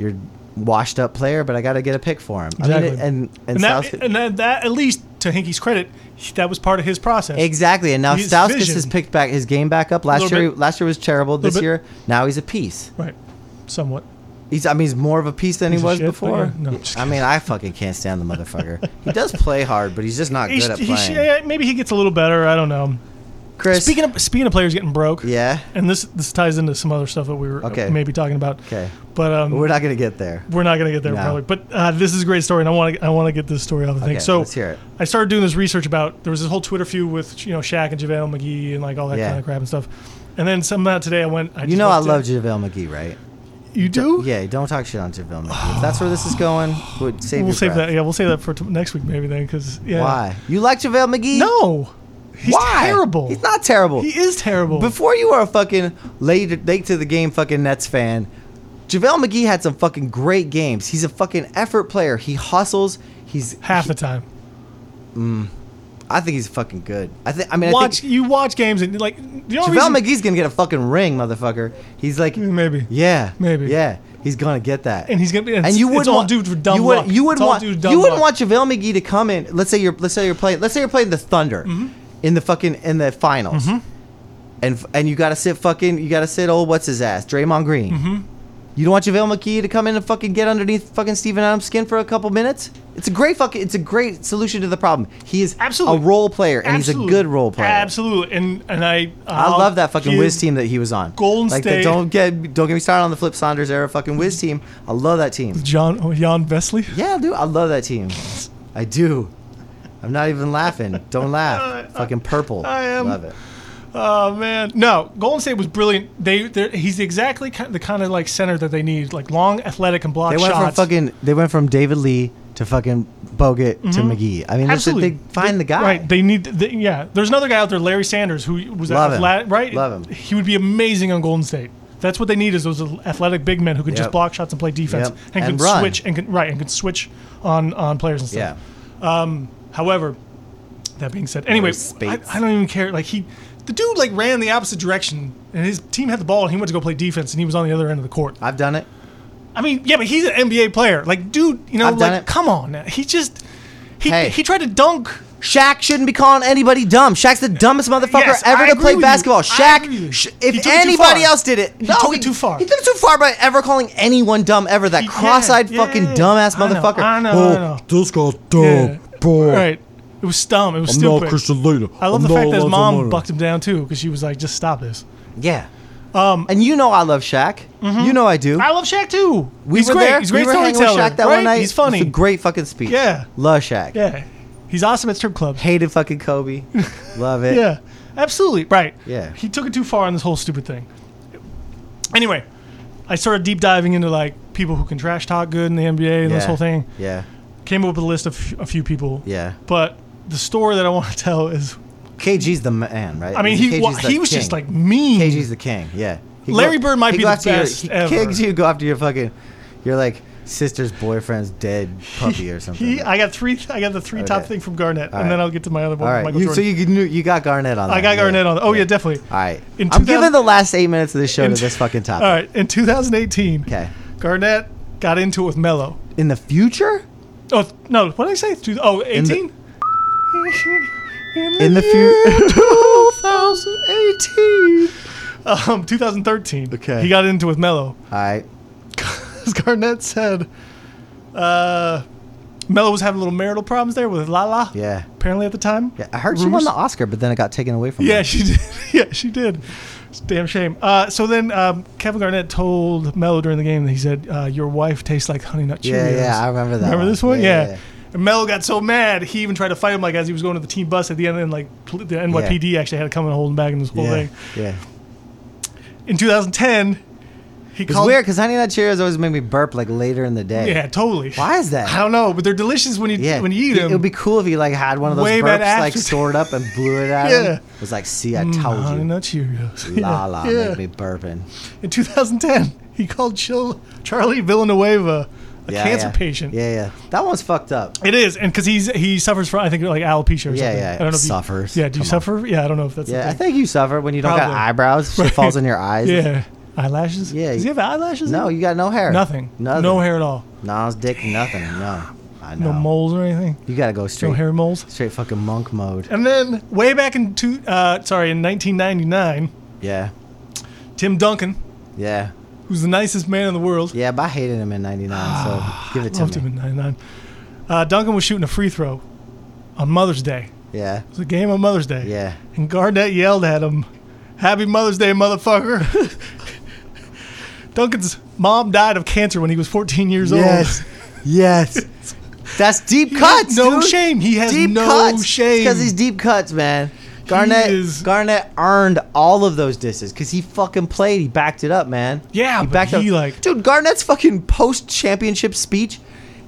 B: your washed up player, but I got to get a pick for him." I mean,
C: Exactly.
B: and and,
C: and that,
B: Stauskas-
C: and that, that at least to Hinky's credit, he- that was part of his process.
B: Exactly, and now
C: His
B: Stauskas
C: vision.
B: has picked back his game back up. Last
C: Little
B: year,
C: bit.
B: last year was terrible. This
C: bit.
B: year, now he's a piece.
C: Right. Somewhat.
B: He's, I mean, he's more of a piece than
C: Piece
B: he
C: of
B: was
C: shit, but
B: before.
C: yeah, no, I'm just
B: I mean, I fucking can't stand the motherfucker. he does play hard, but he's just not
C: He's,
B: good at
C: he
B: playing.
C: sh- yeah, maybe he gets a little better. I don't know.
B: Chris,
C: Speaking of speaking of players getting broke,
B: yeah,
C: and this this ties into some other stuff that we were
B: Okay.
C: maybe talking about.
B: okay,
C: But um,
B: we're not gonna get there.
C: We're not gonna get there
B: No.
C: probably, but uh, this is a great story, and I want to I want to get this story out of the
B: Okay,
C: thing. So
B: let's hear it.
C: I started doing this research about there was this whole Twitter feud with you know Shaq and JaVale McGee and like all that
B: Yeah.
C: kind of crap and stuff, and then somehow today I went. I
B: You know, I love Javale McGee, right?
C: you. Do
B: Yeah, don't talk shit on Javale McGee. If that's where this is going, we'll save
C: We'll
B: your
C: save
B: breath.
C: that. Yeah, we'll save that for t- next week maybe then because yeah.
B: Why? You like Javale McGee?
C: No, he's
B: Why?
C: terrible.
B: He's not terrible.
C: He is terrible.
B: Before you were a fucking late, late to the game fucking Nets fan, JaVale McGee had some fucking great games. He's a fucking effort player. He hustles. He's
C: Half the time.
B: I think he's fucking good. I think. I mean, I
C: watch
B: think
C: you watch games and like the only
B: Javale
C: reason,
B: McGee's gonna get a fucking ring, motherfucker. He's like,
C: Mm, maybe.
B: yeah,
C: Maybe.
B: yeah. He's gonna get that,
C: And he's gonna be-
B: And
C: it's-
B: you
C: it's
B: wouldn't
C: all
B: want
C: due to dumb
B: you wouldn't,
C: luck.
B: you wouldn't
C: It's all
B: want
C: due to dumb
B: you wouldn't want
C: luck.
B: Javale McGee to come in. Let's say you're let's say you're playing let's say you're playing the Thunder
C: Mm-hmm.
B: in the fucking in the finals, and f- and you gotta sit fucking you gotta sit old what's his ass Draymond Green.
C: Mm-hmm.
B: You don't want JaVale McGee to come in and fucking get underneath fucking Steven Adams' skin for a couple minutes? It's a great fucking it's a great solution to the problem. He is
C: Absolutely.
B: a role player and he's a good role player.
C: Absolutely, and and I uh,
B: I
C: I'll
B: love that fucking
C: give-
B: Wiz team that he was on.
C: Golden
B: like,
C: State-
B: Don't get don't get me started on the Flip Saunders era fucking Wiz team. I love that team.
C: John oh, Jan Vesley.
B: Yeah, dude, I love that team. I do. I'm not even laughing. Don't laugh. Fucking purple.
C: I am-
B: Love it.
C: Oh man, no! Golden State was brilliant. They they're- he's exactly ki- the kind of like center that they need, like long, athletic, and block
B: They went from
C: shots.
B: fucking they went from David Lee to fucking Bogut to McGee. I mean, that's it.
C: Mm-hmm. Absolutely,
B: they find the guy.
C: Right? They need, they, yeah. There's another guy out there, Larry Sanders, who was
B: Love him.
C: athletic, right?
B: Love him.
C: He would be amazing on Golden State. That's what they need is those athletic big men who can
B: Yep.
C: just block shots and play defense
B: Yep.
C: and,
B: And
C: can
B: run.
C: switch and can right and can switch on on players and stuff.
B: Yeah.
C: However, that being said, anyway, I,
B: Spates.
C: I don't even care. Like he, the dude like ran the opposite direction, and his team had the ball, and he went to go play defense, and he was on the other end of the court.
B: I've done it.
C: I mean, yeah, but he's an NBA player. Like, dude, you know,
B: I've done
C: like,
B: it.
C: come on, now. he just he
B: Hey.
C: he tried to dunk.
B: Shaq shouldn't be calling anybody dumb. Shaq's the dumbest motherfucker
C: Yes,
B: ever
C: I
B: to
C: agree
B: play
C: with you.
B: basketball.
C: I
B: Shaq,
C: agree with
B: sh-
C: you. He
B: if
C: took it too
B: anybody
C: far.
B: else did it,
C: He took it too far.
B: He took it too far by ever calling anyone dumb ever. That
C: He-
B: cross-eyed
C: yeah, yeah,
B: fucking
C: yeah.
B: dumbass
C: I know,
B: motherfucker. Oh,
C: I know, I know.
D: This guy's
C: Yeah.
D: dumb, boy.
C: Right, it was dumb. It was
D: I'm not
C: stupid.
D: a Christian leader.
C: I love
D: I'm
C: the
D: not
C: fact that
D: a
C: his mom
D: leader.
C: bucked him down too, because she was like, just stop this.
B: Yeah.
C: Um,
B: and you know I love Shaq.
C: Mm-hmm.
B: You know I do.
C: I love Shaq too.
B: we
C: he's
B: were
C: great.
B: there.
C: He's a great
B: we were hanging with
C: storyteller.
B: Shaq that
C: right?
B: one night.
C: He's funny.
B: It's a great fucking speech.
C: Yeah.
B: Love Shaq.
C: yeah, he's awesome at strip clubs.
B: Hated fucking Kobe. love it.
C: Yeah, absolutely. Right.
B: Yeah.
C: He took it too far on this whole stupid thing. Anyway, I started deep diving into like people who can trash talk good in the NBA and this
B: Yeah.
C: whole thing.
B: Yeah.
C: Came up with a list of f- a few people.
B: Yeah.
C: But the story that I want to tell is,
B: KG's the man, right?
C: I mean, he
B: KG's
C: wa-
B: the
C: he was just
B: king.
C: like mean.
B: KG's the king. Yeah. He
C: Larry Bird might
B: he
C: be
B: go
C: the
B: after your-
C: best
B: he-
C: ever.
B: KG go after your fucking, your like sister's boyfriend's dead puppy or something.
C: He, I got three. I got the three top
B: Okay.
C: thing from Garnett, and
B: right.
C: then I'll get to my other
B: All
C: one.
B: right.
C: Michael
B: You, so
C: Jordan.
B: you can- you got Garnett on.
C: I
B: that,
C: got
B: yeah.
C: Garnett on. Oh yeah, definitely.
B: All right.
C: In
B: I'm
C: 2000
B: giving the last eight minutes of this show
C: In
B: to
C: t-
B: this fucking topic.
C: All right. In 2018,
B: Okay.
C: Garnett got into it with Melo.
B: In the future.
C: Oh th- no! What did I say? Two, oh, 18?
B: In the future. 2018.
C: um, 2013.
B: Okay.
C: He got into with Mello.
B: All right.
C: As Garnett said, uh, Mello was having little marital problems there with Lala.
B: Yeah.
C: Apparently at the time.
B: Yeah, I heard she won
C: Rumors-
B: the Oscar, but then it got taken away from her.
C: Yeah, she did. yeah, she did. It's a damn shame. Uh, so then um, Kevin Garnett told Mello during the game that he said, uh, "Your wife tastes like Honey Nut Cheerios."
B: Yeah, yeah, I remember that.
C: Remember
B: one.
C: this one?
B: Yeah.
C: Yeah. And Melo got so mad, he even tried to fight him like as he was going to the team bus at the end, and like pl- the NYPD actually had to come and hold him back in this whole
B: Yeah.
C: thing.
B: yeah.
C: In 2010, he
B: It's
C: called.
B: weird because Honey Nut Cheerios always make me burp like later in the day.
C: Yeah, totally.
B: Why is that?
C: I don't know, but they're delicious when you
B: Yeah,
C: when you eat
B: it,
C: them.
B: it would be cool if he like had one of those
C: Way
B: burps
C: bad
B: like
C: after-
B: stored up and blew it at
C: Yeah.
B: him. It was like, see, I told
C: Honey
B: you,
C: Nut Cheerios.
B: la la,
C: Yeah.
B: make me burping.
C: In 2010, he called Chil- Charlie Villanueva a
B: Yeah,
C: cancer
B: yeah.
C: patient.
B: Yeah, yeah, that one's fucked up.
C: It is, and because he's he suffers from I think like alopecia or
B: Yeah,
C: something.
B: yeah,
C: I don't know. If you-
B: suffers.
C: yeah, do you
B: Come on.
C: suffer? Yeah, I don't know if that's. the
B: Yeah, I
C: thing.
B: think you suffer when you don't got
C: Probably.
B: eyebrows. Shit falls in your eyes.
C: Yeah, eyelashes.
B: Yeah,
C: Does he
B: you-
C: have eyelashes?
B: No, you got no hair.
C: nothing.
B: Nothing.
C: No hair at all.
B: No it's dick. Nothing. No. I know.
C: No moles or anything.
B: You gotta go straight.
C: No hair moles.
B: Straight fucking monk mode.
C: And then way back in two, uh, sorry, in 1999,
B: Yeah.
C: Tim Duncan,
B: Yeah.
C: who's the nicest man in the world,
B: Yeah, but I hated him in '99, so give it to
C: loved
B: me.
C: him in 99. Uh, Duncan was shooting a free throw on Mother's Day.
B: Yeah.
C: It was a game on Mother's Day.
B: Yeah.
C: And Garnett yelled at him, Happy Mother's Day, motherfucker. Duncan's mom died of cancer when he was 14 years
B: Yes. yes. That's deep cuts.
C: no
B: dude.
C: shame. He has
B: deep
C: no
B: cuts.
C: shame.
B: Because he's deep cuts, man. Garnett
C: is-
B: Garnett earned all of those disses because he fucking played. He backed it up, man.
C: Yeah,
B: he
C: but he, like-
B: dude. Garnett's fucking post championship speech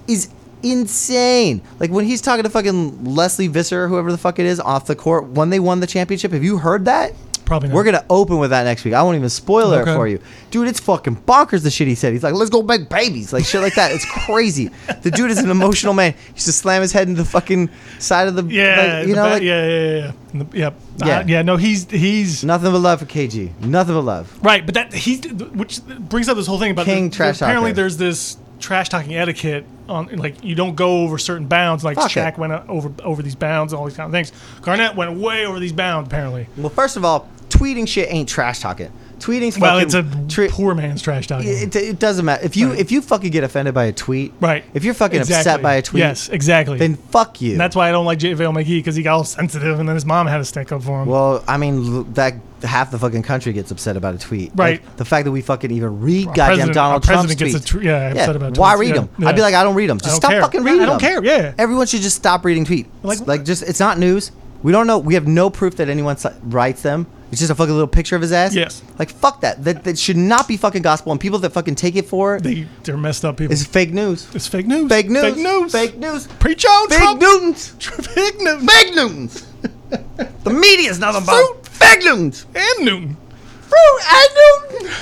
B: is insane. Like when he's talking to fucking Leslie Visser, whoever the fuck it is, off the court when they won the championship. Have you heard that?
C: old. probably not.
B: We're gonna open with that next week. I won't even spoil it
C: Okay.
B: for you, dude. It's fucking bonkers the shit he said. He's like, "Let's go make babies," like shit like that. It's crazy. the dude is an emotional man. He used to slam his head into the fucking side of the
C: yeah,
B: like, you know, like
C: yeah, yeah, yeah, yeah, yeah, yeah.
B: Yeah.
C: Uh, yeah. No, he's he's
B: nothing but love for KG. Nothing but love.
C: Right, but that he, which brings up this whole thing about
B: King
C: the,
B: trash
C: Apparently,
B: talker.
C: there's this trash talking etiquette on like you don't go over certain bounds. Like
B: Fuck
C: Shaq
B: it.
C: went uh, over over these bounds and all these kind of things. Garnett went way over these bounds. Apparently,
B: Well, first of all, tweeting shit ain't trash talking. Tweeting's
C: well,
B: fucking
C: it's a
B: tri-
C: poor man's trash talking.
B: It, it doesn't matter if you if you fucking get offended by a tweet,
C: right.
B: If you're fucking upset
C: Exactly.
B: by a tweet,
C: yes, exactly.
B: then fuck you.
C: and that's why I don't like JaVale McGee because he got all sensitive, and then his mom had to stick up for him.
B: Well, I mean, l- that half the fucking country gets upset about a tweet.
C: Right.
B: Like, the fact that we fucking even read
C: Our
B: goddamn
C: president-
B: Donald
C: our president
B: Trump's
C: gets a
B: tweets.
C: tw- yeah, upset about
B: why
C: tweets,
B: read
C: yeah,
B: them?
C: yeah.
B: I'd be like, I don't read them. Just
C: don't
B: stop
C: care.
B: fucking
C: Yeah, I
B: reading
C: don't
B: them.
C: care, yeah.
B: Everyone should just stop reading tweets.
C: Like-
B: Like, just it's not news. We don't know. We have no proof that anyone si- writes them. It's just a fucking little picture of his ass.
C: Yes.
B: Like fuck that. That that should not be fucking gospel. And people that fucking take it for it
C: they they're messed up people.
B: is fake news.
C: it's fake news.
B: Fake news.
C: Fake news.
B: Fake news.
C: Preach on,
B: Big
C: Trump.
B: Newtons.
C: Fake news.
B: Big Newtons. the media's nothing
C: Fruit.
B: but fake Newtons.
C: And Newton.
B: Fruit and Newton.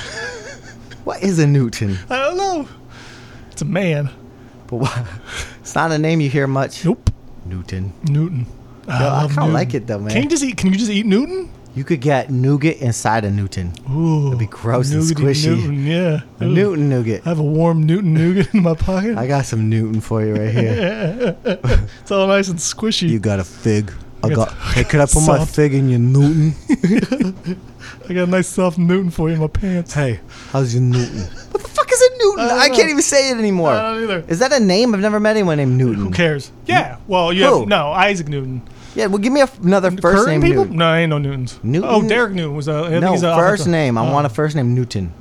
B: what is a Newton?
C: I don't know. It's a man.
B: But why- it's not a name you hear much.
C: Nope.
B: Newton.
C: Newton.
B: Yo, I
C: love
B: kinda
C: Newton.
B: like it though, man.
C: Can you just eat? Can you just eat Newton?
B: You could get nougat inside a Newton.
C: Ooh, that'd
B: be gross and squishy.
C: Newton, yeah.
B: A
C: Ooh.
B: Newton nougat.
C: I have a warm Newton nougat in my pocket.
B: I got some Newton for you right here.
C: it's all nice and squishy.
B: You got a fig. I
C: got-
B: got. Hey, could I put my
C: Soft.
B: fig in your Newton?
C: I got a nice soft Newton for you in my pants.
B: Hey, how's your Newton? What the fuck is a Newton?
C: don't
B: I,
C: know.
B: can't even say it anymore.
C: I don't either.
B: Is that a name? I've never met anyone named Newton.
C: Who cares? Yeah. Well, you
B: Who?
C: have no Isaac Newton.
B: Yeah, well, give me a, another first
C: Current
B: name.
C: people?
B: Newton.
C: No, ain't no Newtons.
B: Newton-
C: Oh, Derek Newton was a. I think
B: No,
C: he's a Uh, Oh.
B: first
C: offensive-
B: name. I want a first name Newton.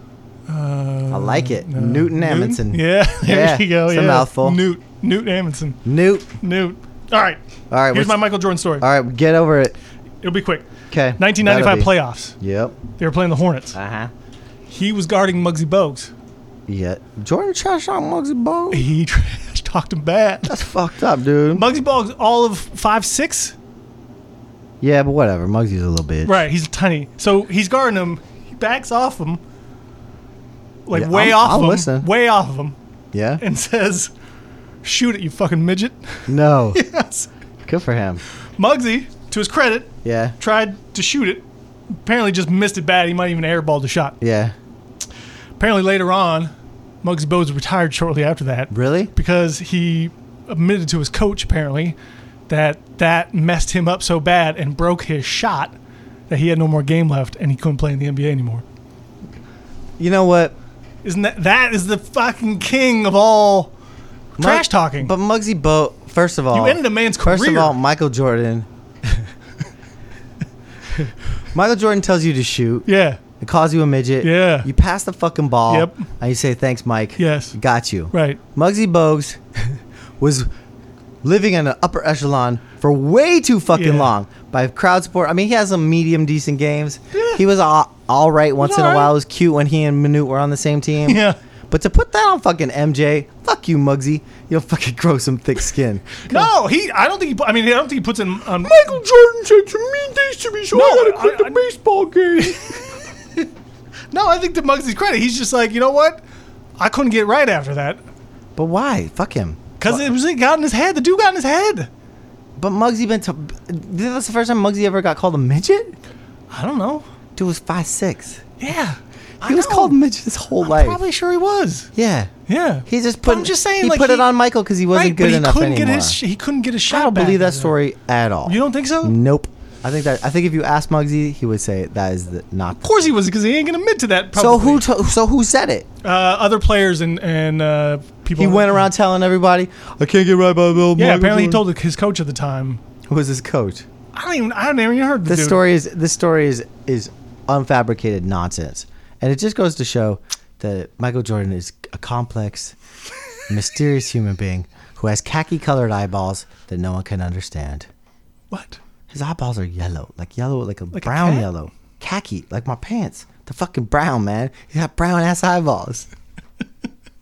B: I like it. Newton Amundsen.
C: Uh, Yeah. There
B: Yeah,
C: you go.
B: it's a
C: yeah.
B: mouthful.
C: Newt. Newt Amundson.
B: Newt.
C: Newt. All right.
B: All right.
C: Here's
B: what's-
C: my Michael Jordan story.
B: All right, get over it.
C: It'll be quick.
B: Okay.
C: 1995 playoffs.
B: Yep.
C: They were playing the Hornets.
B: Uh huh.
C: He was guarding Muggsy Bogues.
B: Yeah. Jordan trash on Muggsy Bogues.
C: He trash talked him bad.
B: That's fucked up, dude.
C: Muggsy Bogues, all of five six.
B: yeah, but whatever. Muggsy's a little bitch.
C: Right, he's tiny. So he's guarding him. He backs off him, like
B: Yeah,
C: way
B: I'm-
C: off
B: I'll
C: him,
B: listen.
C: way off of him,
B: Yeah.
C: and says, "Shoot it, you fucking midget."
B: No.
C: yes.
B: Good for him.
C: Muggsy, to his credit,
B: Yeah.
C: tried to shoot it. Apparently, just missed it bad. He might even airballed the shot.
B: Yeah.
C: Apparently, later on, Muggsy Bogues retired shortly after that.
B: Really?
C: because he admitted to his coach apparently that that messed him up so bad and broke his shot that he had no more game left and he couldn't play in the NBA anymore.
B: You know what?
C: Isn't that that is the fucking king of all trash
B: Mug-
C: talking?
B: But Muggsy Bo, first of all,
C: ended a man's
B: First of
C: career.
B: all, Michael Jordan. Michael Jordan tells you to shoot.
C: yeah,
B: It calls you a midget.
C: Yeah.
B: You pass the fucking ball.
C: Yep.
B: And you say, thanks, Mike.
C: Yes.
B: Got you.
C: right.
B: Muggsy Bogues was living in an upper echelon for way too fucking
C: Yeah.
B: long by crowd support. I mean, he has some medium decent games.
C: Yeah.
B: He was all, all right once in a
C: all
B: while.
C: right.
B: It was cute when he and Manute were on the same team.
C: Yeah.
B: But to put that on fucking MJ, fuck you, Muggsy. You'll fucking grow some thick skin.
C: No, he. I don't think. He, pu- I mean, I don't think he puts in. On,
B: Jordan said some mean things to me, so
C: No, I- I-
B: baseball game.
C: no, I think to Muggsy's credit, he's just like, you know what? I couldn't get right after that
B: but why? Fuck him.
C: because it was it got in his head. The dude got in his head.
B: But Muggsy been. To, that's the first time Muggsy ever got called a midget.
C: I don't know.
B: Dude was five six.
C: Yeah,
B: He was called midget his whole life.
C: Probably sure he was.
B: Yeah.
C: Yeah.
B: He just
C: But
B: put.
C: I'm just saying,
B: he
C: like,
B: put
C: he-
B: it on Michael because he wasn't
C: right,
B: good
C: but he
B: enough
C: couldn't
B: anymore.
C: Get his, sh- he couldn't get his shot.
B: I don't
C: back
B: believe that
C: after
B: story at all.
C: You don't think so? Of
B: Nope. I think that I think if you ask Muggsy, he would say that is the, not.
C: course he was, because he ain't gonna admit to that.
B: So
C: Probably.
B: who? To, so who said it?
C: uh, other players and and uh, people.
B: He went around telling everybody, "I can't get right by Bill."
C: Yeah, apparently he
B: Muggsy."
C: told his coach at the time.
B: who was his coach.
C: I don't even. I haven't even heard the
B: This
C: dude.
B: story is this story is is unfabricated nonsense, and it just goes to show that Michael Jordan is a complex, mysterious human being who has khaki-colored eyeballs that no one can understand.
C: What?
B: His eyeballs are yellow, like yellow, like a
C: Like a
B: brown
C: cat?
B: yellow, khaki, like my pants. They're fucking brown, man. He got brown ass eyeballs.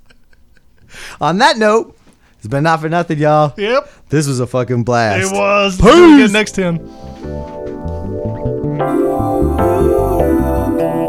B: On that note, it's been not for nothing, y'all.
C: Yep.
B: This was a fucking blast.
C: It was.
B: Peace.
C: Next ten.
A: Ooh,